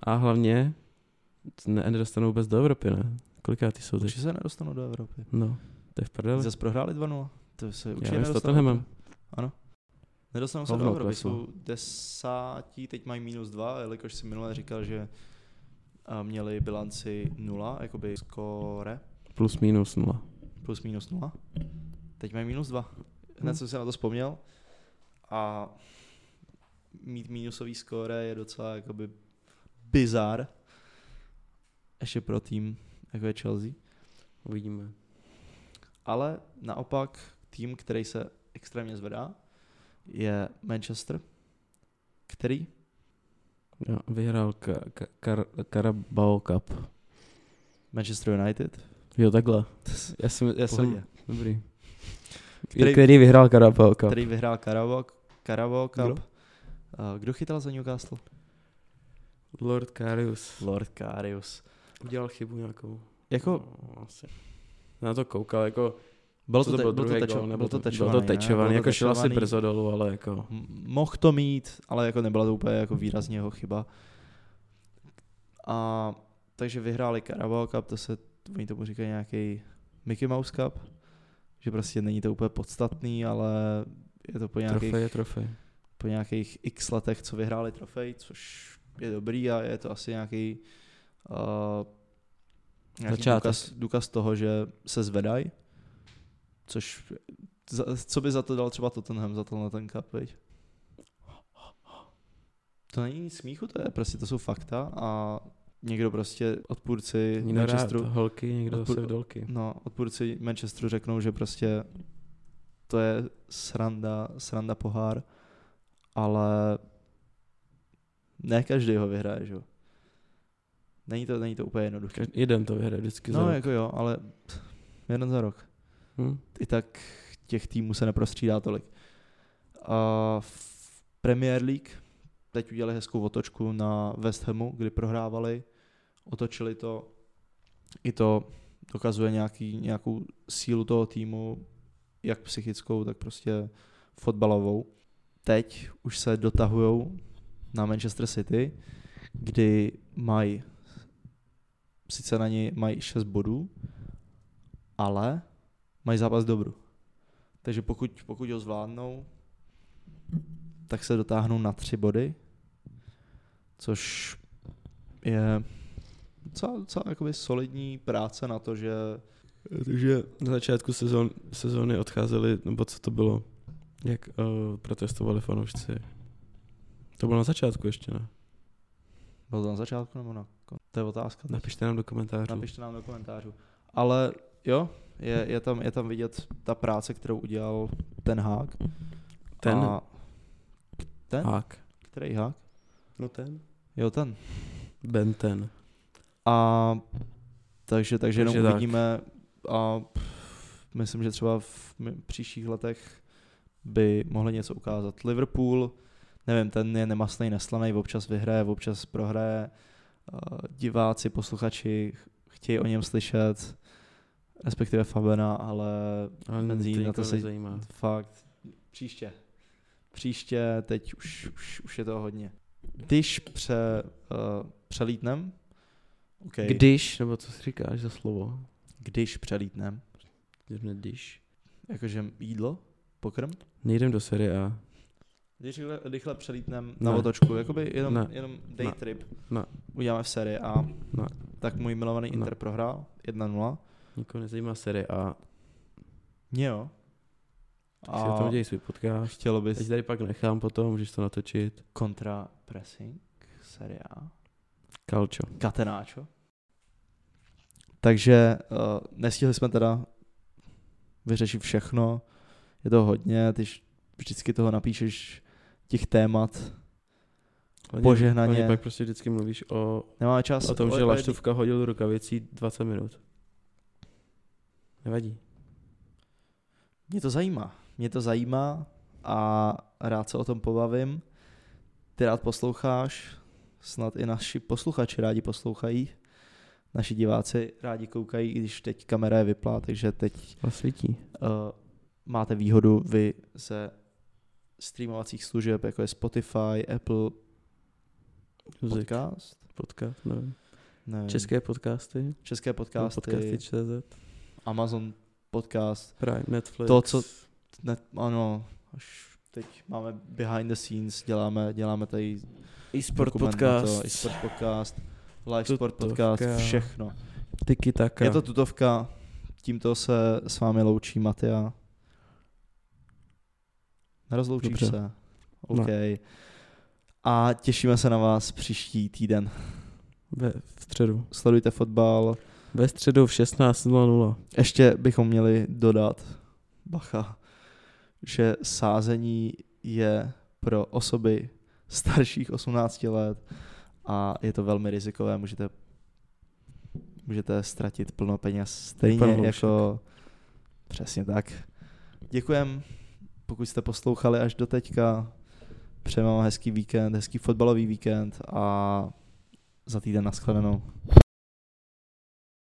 Speaker 2: A hlavně ne, nedostanou vůbec do Evropy, ne? Koliká ty jsou teď?
Speaker 1: určitě se nedostanou do Evropy.
Speaker 2: No, to je v prdeli.
Speaker 1: Zase prohráli 2-0. To se určitě
Speaker 2: vím, s
Speaker 1: nedostanou.
Speaker 2: Tottenhamem.
Speaker 1: Ano. Nedostanou se
Speaker 2: Hovno
Speaker 1: do Evropy,
Speaker 2: kleslo.
Speaker 1: jsou desátí, teď mají minus dva, jelikož si minule říkal, že a, měli bilanci nula, jakoby skore,
Speaker 2: Plus minus nula.
Speaker 1: plus minus nula. Teď mají minus dva. Hned
Speaker 2: Hm.
Speaker 1: jsem se na to vzpomněl. A mít minusový skóre je docela jakoby bizar. Ještě pro tým, jako je Chelsea.
Speaker 2: Uvidíme.
Speaker 1: Ale naopak tým, který se extrémně zvedá, je Manchester, který
Speaker 2: Jo, vyhrál ka- ka- kar- Carabao Cup.
Speaker 1: Manchester United,
Speaker 2: Jo, takhle. Já jsem,
Speaker 1: pohodě,
Speaker 2: já jsem dobrý.
Speaker 1: Který-
Speaker 2: Který, který vyhrál Carabao Cup?
Speaker 1: který vyhrál Carabao, Carabao Cup.
Speaker 2: Kdo?
Speaker 1: Kdo? Kdo chytal za Newcastle?
Speaker 2: Lord Karius.
Speaker 1: Lord Karius.
Speaker 2: Udělal chybu nějakou.
Speaker 1: Jako,
Speaker 2: No, asi. Na to koukal, jako
Speaker 1: bylo
Speaker 2: co
Speaker 1: to, te,
Speaker 2: bylo
Speaker 1: bylo to,
Speaker 2: druhý
Speaker 1: tečo,
Speaker 2: gól, nebo
Speaker 1: bylo to tečovaný.
Speaker 2: Bylo
Speaker 1: ne?
Speaker 2: to tečovaný,
Speaker 1: Bylo
Speaker 2: jako šel asi
Speaker 1: tečovaný.
Speaker 2: brzo dolů, ale jako
Speaker 1: M- Mohl to mít, ale jako nebyla to úplně jako výrazně jeho chyba. A takže vyhráli Carabao Cup, to se, oni tomu říkají nějaký Mickey Mouse Cup, že prostě není to úplně podstatný, ale je to po nějakých,
Speaker 2: trofej je trofej.
Speaker 1: po nějakých x letech, co vyhráli trofej, což je dobrý a je to asi nějaký, uh, nějaký
Speaker 2: Začátek.
Speaker 1: důkaz, důkaz toho, že se zvedají, což za, co by za to dal třeba Tottenham, za tenhle ten cup, viď? To není nic smíchu, to je prostě, to jsou fakta a někdo prostě odpůrci
Speaker 2: Někdo rád
Speaker 1: Manchesteru,
Speaker 2: holky, někdo
Speaker 1: Odpůr-
Speaker 2: se v dolky.
Speaker 1: no, odpůrci Manchesteru řeknou, že prostě to je sranda, sranda pohár, ale ne každý ho vyhraje, že jo. Není to, není to úplně jednoduché.
Speaker 2: Ka- Jeden to vyhraje vždycky za
Speaker 1: No
Speaker 2: rok.
Speaker 1: jako jo, ale pff, jeden za rok.
Speaker 2: Hm?
Speaker 1: I tak těch týmů se neprostřídá tolik. A v Premier League teď udělali hezkou otočku na West Hamu, kdy prohrávali, otočili to, i to dokazuje nějaký, nějakou sílu toho týmu, jak psychickou, tak prostě fotbalovou. Teď už se dotahujou na Manchester City, kdy mají sice na ní mají 6 bodů, ale mají zápas dobru. Takže pokud, pokud ho zvládnou, tak se dotáhnou na tři body, což je docela, docela jakoby solidní práce na to, že
Speaker 2: Takže na začátku sezon, sezóny odcházeli, nebo co to bylo, jak uh, protestovali fanoušci. To bylo na začátku ještě, ne?
Speaker 1: bylo to na začátku nebo na kon- To je otázka. teď.
Speaker 2: Napište nám do komentářů.
Speaker 1: Napište nám do komentářů. Ale jo, je, je, tam, je tam vidět ta práce, kterou udělal ten hák.
Speaker 2: Ten
Speaker 1: A ten?
Speaker 2: hák.
Speaker 1: Který hák?
Speaker 2: No ten?
Speaker 1: Jo, ten.
Speaker 2: Ben ten.
Speaker 1: A takže, takže jenom
Speaker 2: Takže tak.
Speaker 1: uvidíme a pff, myslím, že třeba v mi- příštích letech by mohli něco ukázat. Liverpool, nevím, ten je nemastný, neslaný, občas vyhraje, občas prohraje. A Diváci, posluchači chtějí o něm slyšet, respektive Fabena, ale
Speaker 2: Ale
Speaker 1: Benzín,
Speaker 2: to
Speaker 1: na to
Speaker 2: nikoho
Speaker 1: se-
Speaker 2: nezajímá.
Speaker 1: fakt příště. Příště, teď už, už, už je toho hodně. Když pře, uh, eh, přelítnem Okay.
Speaker 2: Když, nebo co si říkáš za slovo?
Speaker 1: Když přelítnem,
Speaker 2: Zrovna Když.
Speaker 1: jakože jídlo, pokrm,
Speaker 2: Nejdem do série A.
Speaker 1: když rychle, rychle přelítnem na
Speaker 2: Ne.
Speaker 1: otočku, jakoby jenom,
Speaker 2: Ne.
Speaker 1: jenom day
Speaker 2: Ne.
Speaker 1: trip,
Speaker 2: Ne.
Speaker 1: uděláme v sérii A,
Speaker 2: Ne.
Speaker 1: tak můj milovaný
Speaker 2: Ne.
Speaker 1: Inter prohrál 1-0.
Speaker 2: Nikoho nezajímá série A.
Speaker 1: Mě jo.
Speaker 2: Tak si o tom děj svůj podcast.
Speaker 1: chtělo
Speaker 2: Já ti
Speaker 1: bys
Speaker 2: tady pak nechám potom, můžeš to natočit.
Speaker 1: kontra pressing, série A.
Speaker 2: Kalčo.
Speaker 1: Catenaccio. Takže uh, nestihli jsme teda vyřešit všechno, je to hodně, ty š- vždycky toho napíšeš těch témat,
Speaker 2: Hlavně-
Speaker 1: Požehnaně.
Speaker 2: hlavně pak prostě vždycky mluvíš o,
Speaker 1: nemáme čas.
Speaker 2: o tom, že
Speaker 1: jedný-
Speaker 2: Laštůvka hodil do rukavicí 20 minut. Nevadí.
Speaker 1: Mě to zajímá, mě to zajímá a rád se o tom pobavím. Ty rád posloucháš, snad i naši posluchači rádi poslouchají, naši diváci rádi koukají, i když teď kamera je vyplá, takže teď
Speaker 2: A svítí.
Speaker 1: Uh, máte výhodu vy ze streamovacích služeb, jako je Spotify, Apple
Speaker 2: Muzik.
Speaker 1: Podcast,
Speaker 2: Podcast, nevím.
Speaker 1: nevím,
Speaker 2: České podcasty.
Speaker 1: české
Speaker 2: nebo
Speaker 1: podcasty,
Speaker 2: Podcasty ČZ.
Speaker 1: Amazon Podcast.
Speaker 2: Prime, Netflix.
Speaker 1: To, co- Ne, ano, až teď máme behind the scenes, děláme, děláme tady
Speaker 2: e-sport
Speaker 1: dokument na
Speaker 2: podcast.
Speaker 1: to, i sport podcast, live sport
Speaker 2: Tutovka.
Speaker 1: podcast, všechno.
Speaker 2: Tiki taka.
Speaker 1: Je to tutovka, tímto se s vámi loučí Matia. Nerozloučíš
Speaker 2: Dobře. No.
Speaker 1: se. OK. A těšíme se na vás příští týden.
Speaker 2: Ve v středu.
Speaker 1: Sledujte fotbal.
Speaker 2: Ve středu v 16.00.
Speaker 1: Ještě bychom měli dodat, bacha, že sázení je pro osoby starších 18 let a je to velmi rizikové. Můžete můžete ztratit plno peněz stejně
Speaker 2: Vypadalo už
Speaker 1: jako... Přesně tak. Děkujem, pokud jste poslouchali až do teďka. Přeji vám hezký víkend, hezký fotbalový víkend a za týden nashledanou.